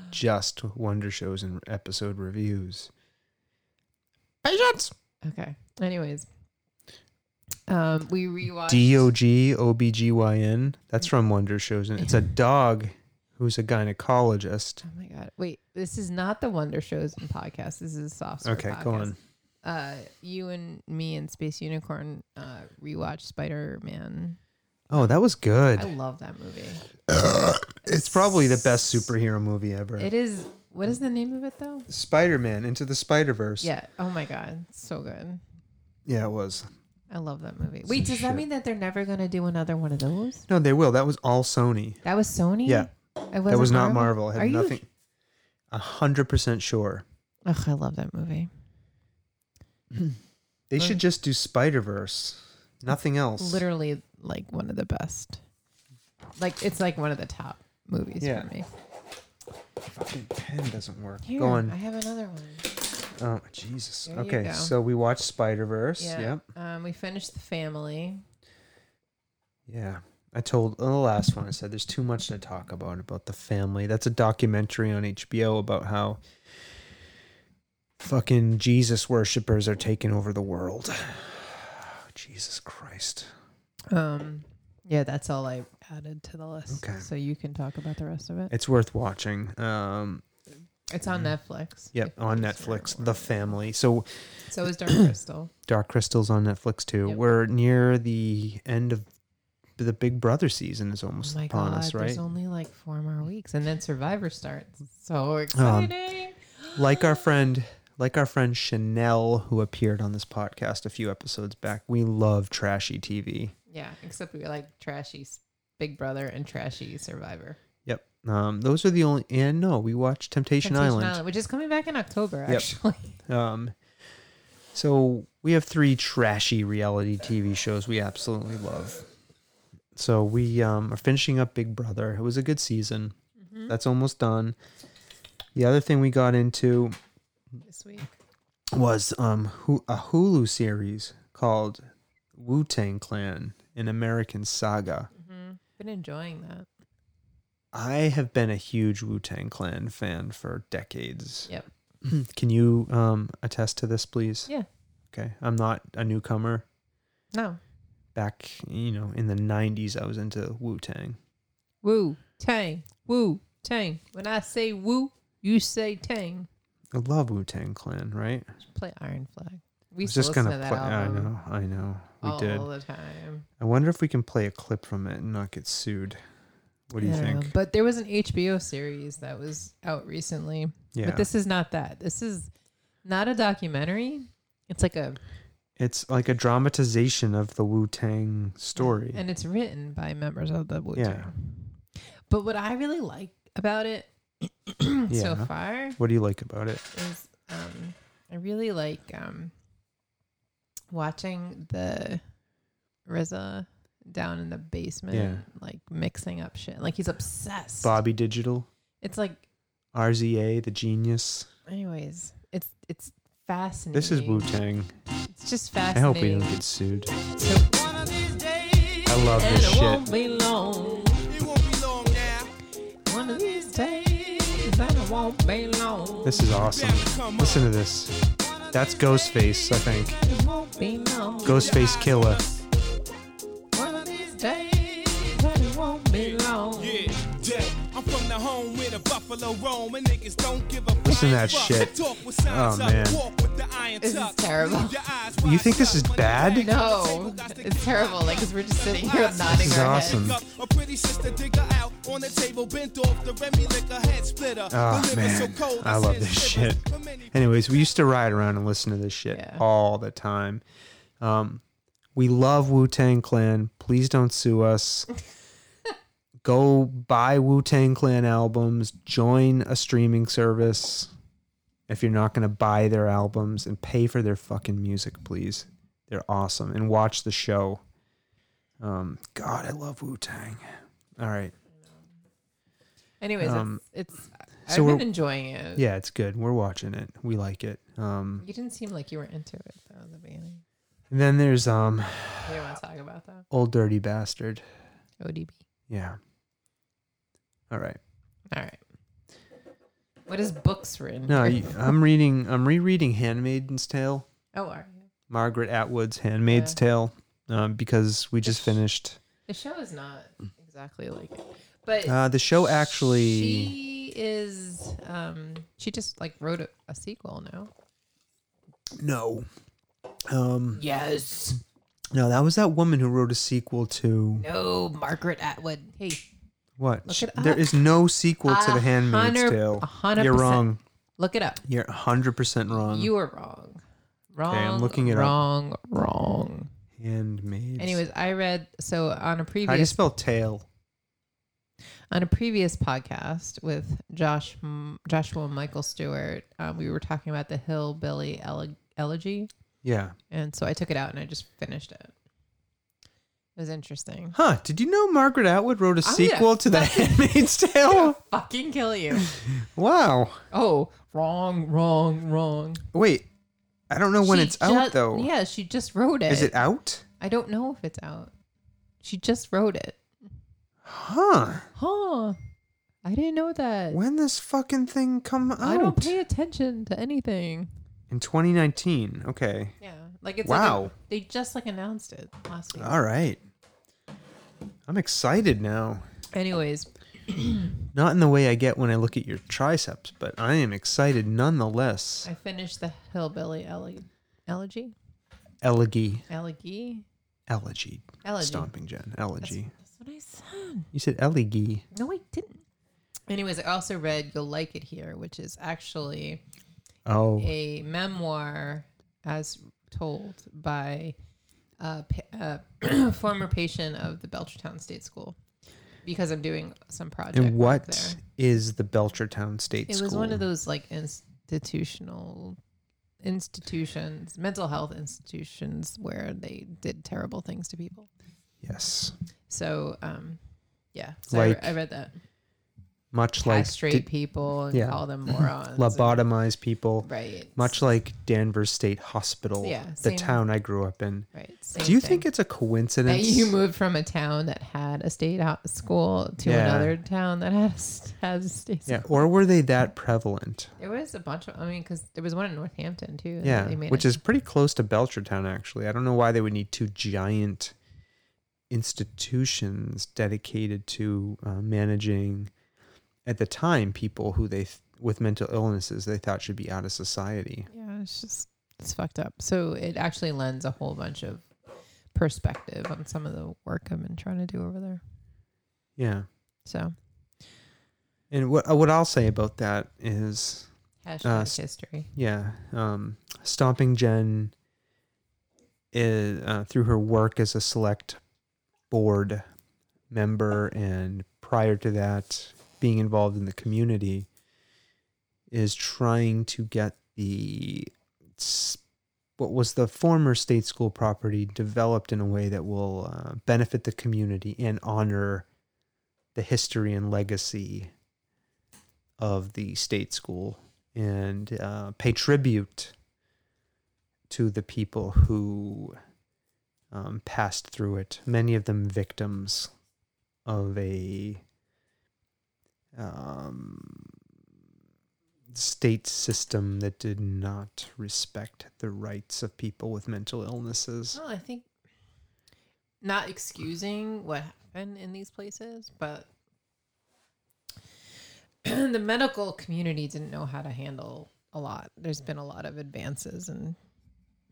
Speaker 1: Just Wonder Shows and episode reviews. Patience.
Speaker 2: Okay. Anyways, Um, we rewatched.
Speaker 1: D O G O B G Y N. That's from Wonder Shows, and it's a dog who's a gynecologist.
Speaker 2: Oh my god! Wait, this is not the Wonder Shows and podcast. This is soft. Serve
Speaker 1: Okay, go
Speaker 2: Podcast.
Speaker 1: on.
Speaker 2: Uh, you and me and Space Unicorn uh, rewatched Spider Man.
Speaker 1: Oh, that was good.
Speaker 2: I love that movie.
Speaker 1: It's probably the best superhero movie ever.
Speaker 2: It is. What is the name of it though?
Speaker 1: Spider Man Into the Spider Verse.
Speaker 2: Yeah. Oh my god, so good.
Speaker 1: Yeah, it was.
Speaker 2: I love that movie. Wait, does that mean that they're never gonna do another one of those?
Speaker 1: No, they will. That was all Sony.
Speaker 2: That was Sony.
Speaker 1: Yeah.
Speaker 2: It
Speaker 1: that
Speaker 2: wasn't
Speaker 1: was not Marvel. It had
Speaker 2: Are you-
Speaker 1: nothing. A hundred percent sure.
Speaker 2: Ugh, I love that movie.
Speaker 1: They should just do Spider Verse. Nothing else.
Speaker 2: Literally, like one of the best. Like it's like one of the top movies
Speaker 1: Yeah.
Speaker 2: for me.
Speaker 1: Fucking pen doesn't work.
Speaker 2: Here,
Speaker 1: go on.
Speaker 2: I have another one.
Speaker 1: Oh Jesus.
Speaker 2: There you
Speaker 1: Okay,
Speaker 2: go.
Speaker 1: so we watched Spider Verse.
Speaker 2: Yeah.
Speaker 1: Yep.
Speaker 2: Um, we finished the family.
Speaker 1: Yeah. I told on the last one, I said there's too much to talk about about the family. That's a documentary on HBO about how fucking Jesus worshippers are taking over the world. Jesus Christ.
Speaker 2: Um, yeah, that's all I added to the list.
Speaker 1: Okay.
Speaker 2: So you can talk about the rest of it.
Speaker 1: It's worth watching. Um,
Speaker 2: It's on Netflix.
Speaker 1: yep,
Speaker 2: if
Speaker 1: on
Speaker 2: you just
Speaker 1: Netflix,
Speaker 2: wanna
Speaker 1: The
Speaker 2: watch it.
Speaker 1: Family. So
Speaker 2: So is Dark Crystal.
Speaker 1: Dark Crystal's on Netflix too.
Speaker 2: Yep.
Speaker 1: We're near the end of the Big Brother season is
Speaker 2: Oh
Speaker 1: almost
Speaker 2: my
Speaker 1: upon
Speaker 2: god,
Speaker 1: us, right?
Speaker 2: there's only like four more weeks, and then Survivor starts.
Speaker 1: Um,
Speaker 2: So exciting!
Speaker 1: like our friend like our friend Chanel who appeared on this podcast a few episodes back. We love trashy TV.
Speaker 2: yeah, except we were like trashy s- Big Brother and trashy Survivor.
Speaker 1: Yep. Um those are the only and no, we watched Temptation,
Speaker 2: Temptation
Speaker 1: Island.
Speaker 2: which is coming back in October,
Speaker 1: Yep.
Speaker 2: actually.
Speaker 1: Um so we have three trashy reality TV shows we absolutely love. So we um are finishing up Big Brother. It was a good season.
Speaker 2: Mm-hmm.
Speaker 1: That's almost done. The other thing we got into
Speaker 2: this week.
Speaker 1: was um Hu- a Hulu series called Wu Tang Clan: An American Saga.
Speaker 2: Been enjoying that.
Speaker 1: I have been a huge Wu Tang Clan fan for decades.
Speaker 2: Yep.
Speaker 1: Can you um attest to this, please?
Speaker 2: Yeah.
Speaker 1: Okay, I'm not a newcomer.
Speaker 2: No.
Speaker 1: Back, you know, in the '90s, I was into Wu Tang.
Speaker 2: Woo Tang. Woo Tang. When I say woo, you say Tang.
Speaker 1: I love Wu Tang Clan, right? I
Speaker 2: Play Iron Flag. We
Speaker 1: was
Speaker 2: used to
Speaker 1: just
Speaker 2: listen
Speaker 1: gonna
Speaker 2: to
Speaker 1: play.
Speaker 2: that
Speaker 1: I
Speaker 2: album Oh,
Speaker 1: know, I know. We
Speaker 2: all
Speaker 1: did.
Speaker 2: the time.
Speaker 1: I wonder if we can play a clip from it and not get sued. What do you
Speaker 2: I don't know,
Speaker 1: think?
Speaker 2: But there was an HBO series that was out recently.
Speaker 1: Yeah.
Speaker 2: But this is not that. This is not a documentary. It's like a
Speaker 1: It's like a dramatization of the Wu Tang story.
Speaker 2: and it's written by members of the Wu Tang.
Speaker 1: Yeah.
Speaker 2: But what I really like about it so
Speaker 1: Yeah.
Speaker 2: far
Speaker 1: what do you like about it?
Speaker 2: is um, I really like um, watching the RZA down in the basement,
Speaker 1: Yeah.
Speaker 2: like mixing up shit. Like he's obsessed.
Speaker 1: Bobby Digital,
Speaker 2: It's like,
Speaker 1: RZA, the genius.
Speaker 2: anyways, it's it's fascinating.
Speaker 1: This is Wu Tang.
Speaker 2: It's just
Speaker 1: I hope we
Speaker 2: fascinating.
Speaker 1: don't get sued.
Speaker 2: So-
Speaker 1: I love
Speaker 2: and
Speaker 1: this
Speaker 2: it won't
Speaker 1: shit.
Speaker 2: be long. One of these days, and it won't be long.
Speaker 1: This is awesome. Listen to this. That's Ghostface, I think.
Speaker 2: It won't be long.
Speaker 1: Ghostface Killer.
Speaker 2: One of these days, and it won't be long.
Speaker 9: Yeah, yeah. I'm from the home where the buffalo roam and niggas don't give a
Speaker 1: Listen to that
Speaker 9: fuck.
Speaker 1: shit.
Speaker 9: Talk with signs
Speaker 1: Oh,
Speaker 9: up,
Speaker 1: man.
Speaker 9: walk with the iron
Speaker 2: This is
Speaker 9: tuck.
Speaker 2: terrible.
Speaker 9: Keep your eyes
Speaker 1: You
Speaker 9: wide
Speaker 1: think this
Speaker 9: shut
Speaker 1: is
Speaker 9: when the
Speaker 1: bad?
Speaker 9: gang
Speaker 2: No,
Speaker 9: comes, they
Speaker 2: it's
Speaker 9: got
Speaker 2: terrible. Like, cause we're just sitting here nodding
Speaker 1: is
Speaker 2: our
Speaker 1: awesome.
Speaker 2: heads.
Speaker 9: Up, A pretty sister digger out on the table, bent off the Remy liquor head splitter.
Speaker 1: Oh,
Speaker 9: The liver's so
Speaker 1: man.
Speaker 9: cold,
Speaker 1: I
Speaker 9: it's
Speaker 1: love
Speaker 9: in
Speaker 1: this
Speaker 9: slivers.
Speaker 1: shit.
Speaker 9: For many
Speaker 1: Anyways, we used to ride around and listen to this shit
Speaker 2: Yeah.
Speaker 1: all the time. Um, we love Wu Tang Clan. Please don't sue us. Go buy Wu Tang Clan albums. Join a streaming service if you're not going to buy their albums and pay for their fucking music, please. They're awesome. And watch the show. Um, God, I love Wu Tang. All right.
Speaker 2: Anyways,
Speaker 1: Um,
Speaker 2: it's, it's
Speaker 1: so
Speaker 2: I've
Speaker 1: we're-
Speaker 2: been enjoying it.
Speaker 1: Yeah, it's good. We're watching it. We like it. Um,
Speaker 2: You didn't seem like you were into it though at the beginning.
Speaker 1: and then there's um,
Speaker 2: You didn't want to talk about that.
Speaker 1: Old Dirty Bastard.
Speaker 2: ODB.
Speaker 1: Yeah. All right.
Speaker 2: All right. What is books written?
Speaker 1: No,
Speaker 2: here?
Speaker 1: you- I'm reading. I'm rereading *Handmaid's Tale*.
Speaker 2: Oh, are you?
Speaker 1: Margaret Atwood's *Handmaid's
Speaker 2: Yeah.
Speaker 1: Tale*. um, because we just finished.
Speaker 2: The show is not exactly like it, but
Speaker 1: Uh, the show actually.
Speaker 2: she is. Um, she just like wrote a, a sequel. No.
Speaker 1: No. Um,
Speaker 2: Yes.
Speaker 1: no, that was that woman who wrote a sequel to
Speaker 2: No, Margaret Atwood. Hey,
Speaker 1: what?
Speaker 2: Look
Speaker 1: Sh-
Speaker 2: it
Speaker 1: There
Speaker 2: up.
Speaker 1: is no sequel to
Speaker 2: A
Speaker 1: The Handmaid's
Speaker 2: hundred-
Speaker 1: Tale.
Speaker 2: a hundred
Speaker 1: You're
Speaker 2: percent.
Speaker 1: wrong.
Speaker 2: look it up.
Speaker 1: You're 100% wrong.
Speaker 2: You are wrong. Wrong.
Speaker 1: I'm looking it up.
Speaker 2: wrong, Wrong.
Speaker 1: Handmaid's.
Speaker 2: Anyways, I read so on a
Speaker 1: how do you
Speaker 2: previous
Speaker 1: spell tail?
Speaker 2: on a previous podcast with Josh Joshua and Michael Stewart, um, we were talking about the hillbilly ele- elegy,
Speaker 1: Yeah.
Speaker 2: and so I took it out and I just finished it. It was interesting.
Speaker 1: Huh? Did you know Margaret Atwood wrote a
Speaker 2: gonna
Speaker 1: sequel to The
Speaker 2: fucking-
Speaker 1: Handmaid's Tale?
Speaker 2: Fucking kill you!
Speaker 1: Wow.
Speaker 2: Oh, wrong, wrong, wrong.
Speaker 1: Wait, I don't know when
Speaker 2: She
Speaker 1: it's out
Speaker 2: ju-
Speaker 1: though.
Speaker 2: Yeah, she just wrote it.
Speaker 1: Is it out?
Speaker 2: I don't know if it's out. She just wrote it.
Speaker 1: Huh?
Speaker 2: Huh? I didn't know that.
Speaker 1: When this fucking thing come out?
Speaker 2: I don't pay attention to anything.
Speaker 1: In 2019. Okay.
Speaker 2: Yeah, like it's
Speaker 1: Wow.
Speaker 2: Like a- they just like announced it last week.
Speaker 1: All right. I'm excited now.
Speaker 2: Anyways,
Speaker 1: Not in the way I get when I look at your triceps, but I am excited nonetheless.
Speaker 2: I finished the hillbilly ele- elegy,
Speaker 1: Elegy.
Speaker 2: elegy,
Speaker 1: Elegy.
Speaker 2: elegy.
Speaker 1: Stomping Jen.
Speaker 2: That's,
Speaker 1: Elegy.
Speaker 2: that's what I said.
Speaker 1: You said elegy.
Speaker 2: No, I didn't. Anyways, I also read "You'll Like It Here," which is actually
Speaker 1: Oh.
Speaker 2: a memoir as told by a, pa- a former patient of the Belchertown State School. Because I'm doing some project.
Speaker 1: and
Speaker 2: work
Speaker 1: what is
Speaker 2: there.
Speaker 1: the Belchertown State
Speaker 2: It
Speaker 1: School?
Speaker 2: was one of those like institutional institutions, mental health institutions where they did terrible things to people.
Speaker 1: Yes.
Speaker 2: So, um, yeah, so I-
Speaker 1: Like,
Speaker 2: I, read that.
Speaker 1: Much like
Speaker 2: Castrate
Speaker 1: di-
Speaker 2: people and
Speaker 1: yeah.
Speaker 2: call them morons.
Speaker 1: lobotomize people.
Speaker 2: and- right.
Speaker 1: Much like Danvers State Hospital,
Speaker 2: Yeah,
Speaker 1: the
Speaker 2: same.
Speaker 1: town I grew up in.
Speaker 2: Right. Same
Speaker 1: Do you
Speaker 2: thing.
Speaker 1: think it's a
Speaker 2: that
Speaker 1: coincidence?
Speaker 2: you moved from a town that had a state ho- school to
Speaker 1: Yeah.
Speaker 2: another town that has has a state
Speaker 1: yeah.
Speaker 2: school?
Speaker 1: Or were they that prevalent?
Speaker 2: There was a bunch of. I mean, because there was one in Northampton too. and
Speaker 1: Yeah,
Speaker 2: they made
Speaker 1: which
Speaker 2: it-
Speaker 1: is pretty close to Belchertown, actually. I don't know why they would need two giant institutions dedicated to uh, managing, at the time, people who they th- with mental illnesses they thought should be out of society.
Speaker 2: Yeah, it's just it's fucked up. So it actually lends a whole bunch of perspective on some of the work I've been trying to do over there.
Speaker 1: Yeah,
Speaker 2: So
Speaker 1: and what uh, what I'll say about that is,
Speaker 2: hashtag
Speaker 1: Uh, s-
Speaker 2: history.
Speaker 1: yeah, um, stomping Jen is uh, through her work as a select board member and prior to that being involved in the community is trying to get the s- what was the former state school property developed in a way that will uh, benefit the community and honor the history and legacy of the state school and uh, pay tribute to the people who um, passed through it. Many of them victims of a um, state system that did not respect the rights of people with mental illnesses.
Speaker 2: Well, I think not excusing what happened in these places, but the medical community didn't know how to handle a lot. There's been a lot of advances in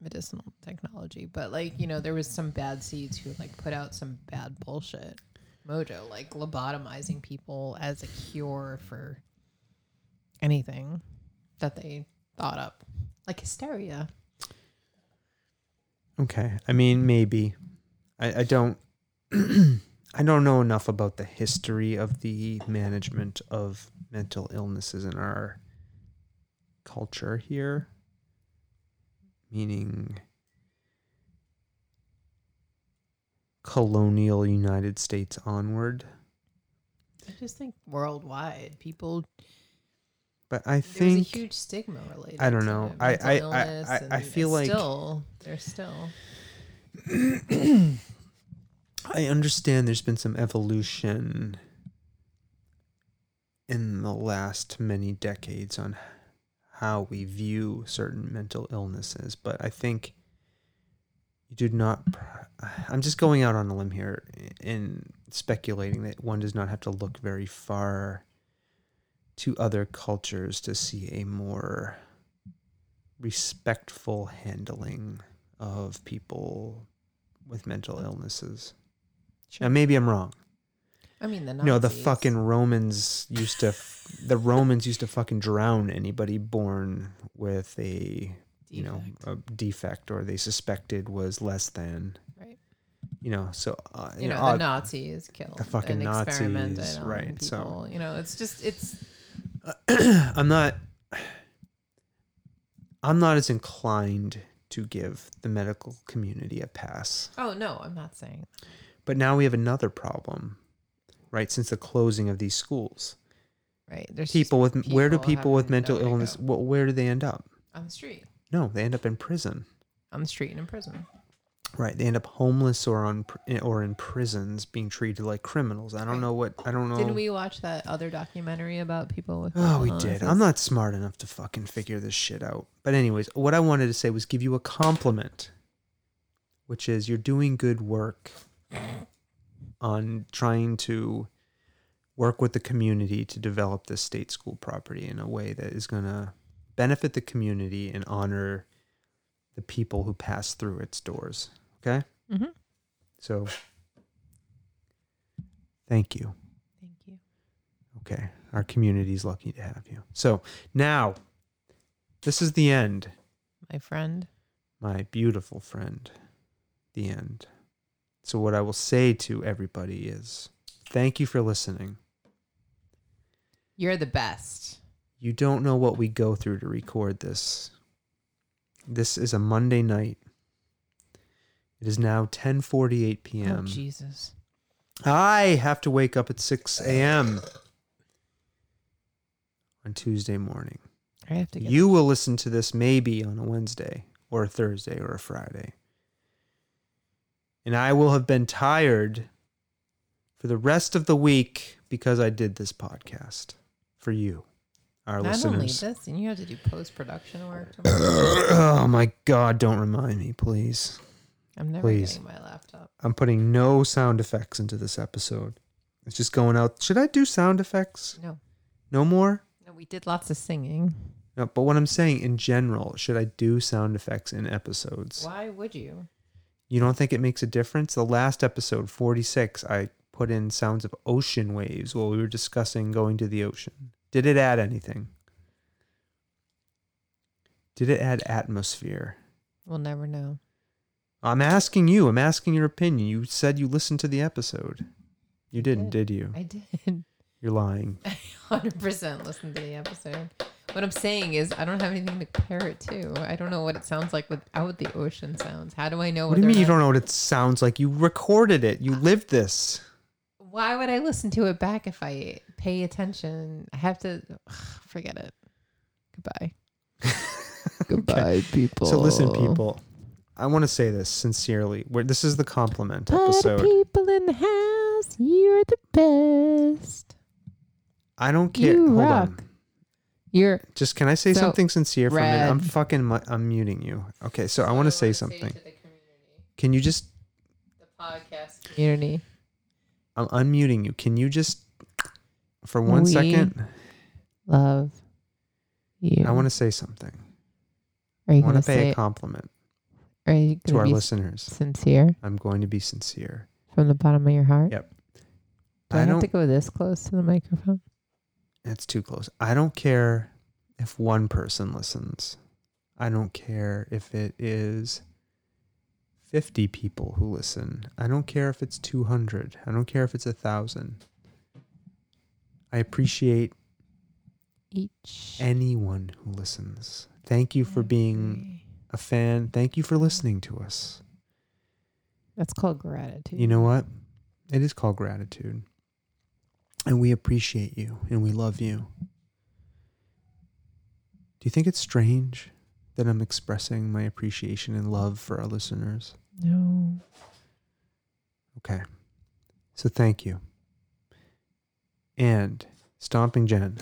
Speaker 2: medicinal technology, but like, you know, there was some bad seeds who like put out some bad bullshit mojo, like lobotomizing people as a cure for anything that they thought up. Like hysteria.
Speaker 1: Okay, I mean maybe. I, I don't. I don't know enough about the history of the management of mental illnesses in our culture here. Meaning, colonial United States onward.
Speaker 2: I just think worldwide, people
Speaker 1: But I
Speaker 2: There's a
Speaker 1: think
Speaker 2: huge stigma related.
Speaker 1: I don't
Speaker 2: to
Speaker 1: know.
Speaker 2: it,
Speaker 1: I-
Speaker 2: mental
Speaker 1: I- I-
Speaker 2: illness,
Speaker 1: I- I
Speaker 2: and
Speaker 1: feel
Speaker 2: it's
Speaker 1: like-
Speaker 2: still there's still
Speaker 1: I understand there's been some evolution in the last many decades on how we view certain mental illnesses, but I think you do not. pr- I'm just going out on a limb here and speculating that one does not have to look very far to other cultures to see a more respectful handling of people with mental illnesses. Now, maybe I'm wrong.
Speaker 2: I mean, the Nazis.
Speaker 1: No, the fucking Romans used to. f- the Romans used to fucking drown anybody born with a you know a defect or they suspected was less than.
Speaker 2: Right.
Speaker 1: You know, so uh,
Speaker 2: you know, the
Speaker 1: odd-
Speaker 2: Nazis killed
Speaker 1: the fucking
Speaker 2: and experimented
Speaker 1: Nazis,
Speaker 2: on
Speaker 1: right, so-
Speaker 2: people. you know, it's just it's
Speaker 1: I'm not. I'm not as inclined to give the medical community a pass.
Speaker 2: oh no, I'm not saying
Speaker 1: But now we have another problem, right? Since the closing of these schools,
Speaker 2: right. There's just
Speaker 1: people with where do people with
Speaker 2: having
Speaker 1: mental
Speaker 2: nowhere to
Speaker 1: illness?
Speaker 2: go.
Speaker 1: Well, where do they end up?
Speaker 2: on the street,
Speaker 1: No, they end up in prison.
Speaker 2: on the street and in prison.
Speaker 1: Right, they end up homeless or on pr- or in prisons, being treated like criminals. I don't know what I don't know.
Speaker 2: Didn't we watch that other documentary about people with?
Speaker 1: Oh,
Speaker 2: mental
Speaker 1: we did.
Speaker 2: illnesses?
Speaker 1: I'm not smart enough to fucking figure this shit out. But anyways, what I wanted to say was give you a compliment, which is you're doing good work on trying to work with the community to develop this state school property in a way that is going to benefit the community and honor the people who pass through its doors. Okay?
Speaker 2: Mhm.
Speaker 1: So thank you.
Speaker 2: Thank you.
Speaker 1: Okay. Our community's lucky to have you. So now, this is the end,
Speaker 2: my friend.
Speaker 1: my beautiful friend. The end. So, what I will say to everybody is thank you for listening.
Speaker 2: You're the best.
Speaker 1: You don't know what we go through to record this. This is a Monday night. It is now 10:48
Speaker 2: Oh
Speaker 1: p.m.
Speaker 2: Jesus.
Speaker 1: I have to wake up at 6 a.m. on Tuesday morning.
Speaker 2: I have to get
Speaker 1: You will listen to this maybe on a Wednesday or a Thursday or a Friday. And I will have been tired for the rest of the week because I did this podcast for you, our
Speaker 2: not only
Speaker 1: listeners.
Speaker 2: this, and you have to do post production work. tomorrow.
Speaker 1: oh my God, don't remind me, please.
Speaker 2: I'm never
Speaker 1: Please.
Speaker 2: getting my laptop.
Speaker 1: I'm putting no sound effects into this episode. It's just going out. Should I do sound effects?
Speaker 2: No,
Speaker 1: No more?
Speaker 2: no, we did lots of singing.
Speaker 1: No, but what I'm saying in general, should I do sound effects in episodes?
Speaker 2: Why would you?
Speaker 1: You don't think it makes a difference? The last episode, 46, I put in sounds of ocean waves while we were discussing going to the ocean. Did it add anything? Did it add atmosphere?
Speaker 2: We'll never know.
Speaker 1: I'm asking you. I'm asking your opinion. You said you listened to the episode. You didn't, did, you?
Speaker 2: I did.
Speaker 1: You're lying.
Speaker 2: I 100% listened to the episode. What I'm saying is, I don't have anything to compare it to. I don't know what it sounds like without the ocean sounds. How do I know?
Speaker 1: What do you
Speaker 2: whether or
Speaker 1: mean you
Speaker 2: not-
Speaker 1: don't know what it sounds like? You recorded it. You lived this.
Speaker 2: Why would I listen to it back if I pay attention? I have to ugh, forget it. Goodbye. Goodbye, people.
Speaker 1: So listen, people. I want to say this sincerely. We're, this is the compliment
Speaker 2: Party
Speaker 1: episode.
Speaker 2: people in the house, you're the best.
Speaker 1: I don't care.
Speaker 2: You
Speaker 1: Hold
Speaker 2: rock.
Speaker 1: on.
Speaker 2: You're.
Speaker 1: Just can I say
Speaker 2: So,
Speaker 1: something sincere for a minute? I'm
Speaker 2: Red.
Speaker 1: fucking mu- I'm muting you. Okay, so I want to say something. Can you just
Speaker 2: Podcast community.
Speaker 1: I'm unmuting you. Can you just for one
Speaker 2: We-
Speaker 1: second?
Speaker 2: Love you.
Speaker 1: I want to say something.
Speaker 2: Are
Speaker 1: I
Speaker 2: you
Speaker 1: want
Speaker 2: gonna
Speaker 1: to pay
Speaker 2: say?
Speaker 1: a compliment
Speaker 2: Are you
Speaker 1: to
Speaker 2: gonna
Speaker 1: our
Speaker 2: be
Speaker 1: listeners.
Speaker 2: sincere
Speaker 1: I'm going to be sincere.
Speaker 2: from the bottom of your heart?
Speaker 1: Yep.
Speaker 2: Do I,
Speaker 1: I
Speaker 2: have
Speaker 1: don't
Speaker 2: to go this close to the microphone?
Speaker 1: That's too close. I don't care if one person listens. I don't care if it is 50 people who listen. I don't care if it's 200. I don't care if it's a 1,000. I appreciate
Speaker 2: Each.
Speaker 1: anyone who listens. Thank you for being a fan. Thank you for listening to us.
Speaker 2: That's called gratitude.
Speaker 1: You know what? It is called gratitude. And we appreciate you and we love you. Do you think it's strange that I'm expressing my appreciation and love for our listeners?
Speaker 2: No.
Speaker 1: Okay. So thank you. And Stomping Jen,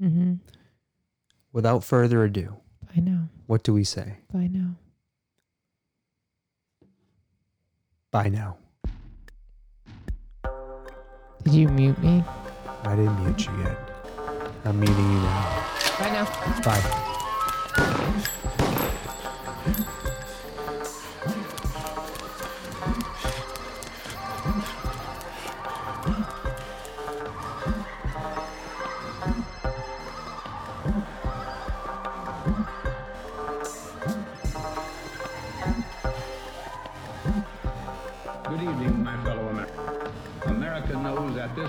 Speaker 2: Mm-hmm.
Speaker 1: without further ado,
Speaker 2: By now.
Speaker 1: what do we say?
Speaker 2: By now.
Speaker 1: Bye now.
Speaker 2: Did you mute me?
Speaker 1: I didn't mute you yet. I'm muting you now.
Speaker 2: Bye now.
Speaker 1: Bye.
Speaker 3: Good evening, my fellow Americans. America knows that this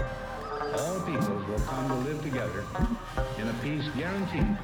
Speaker 3: all peoples will come to live together in a peace guaranteed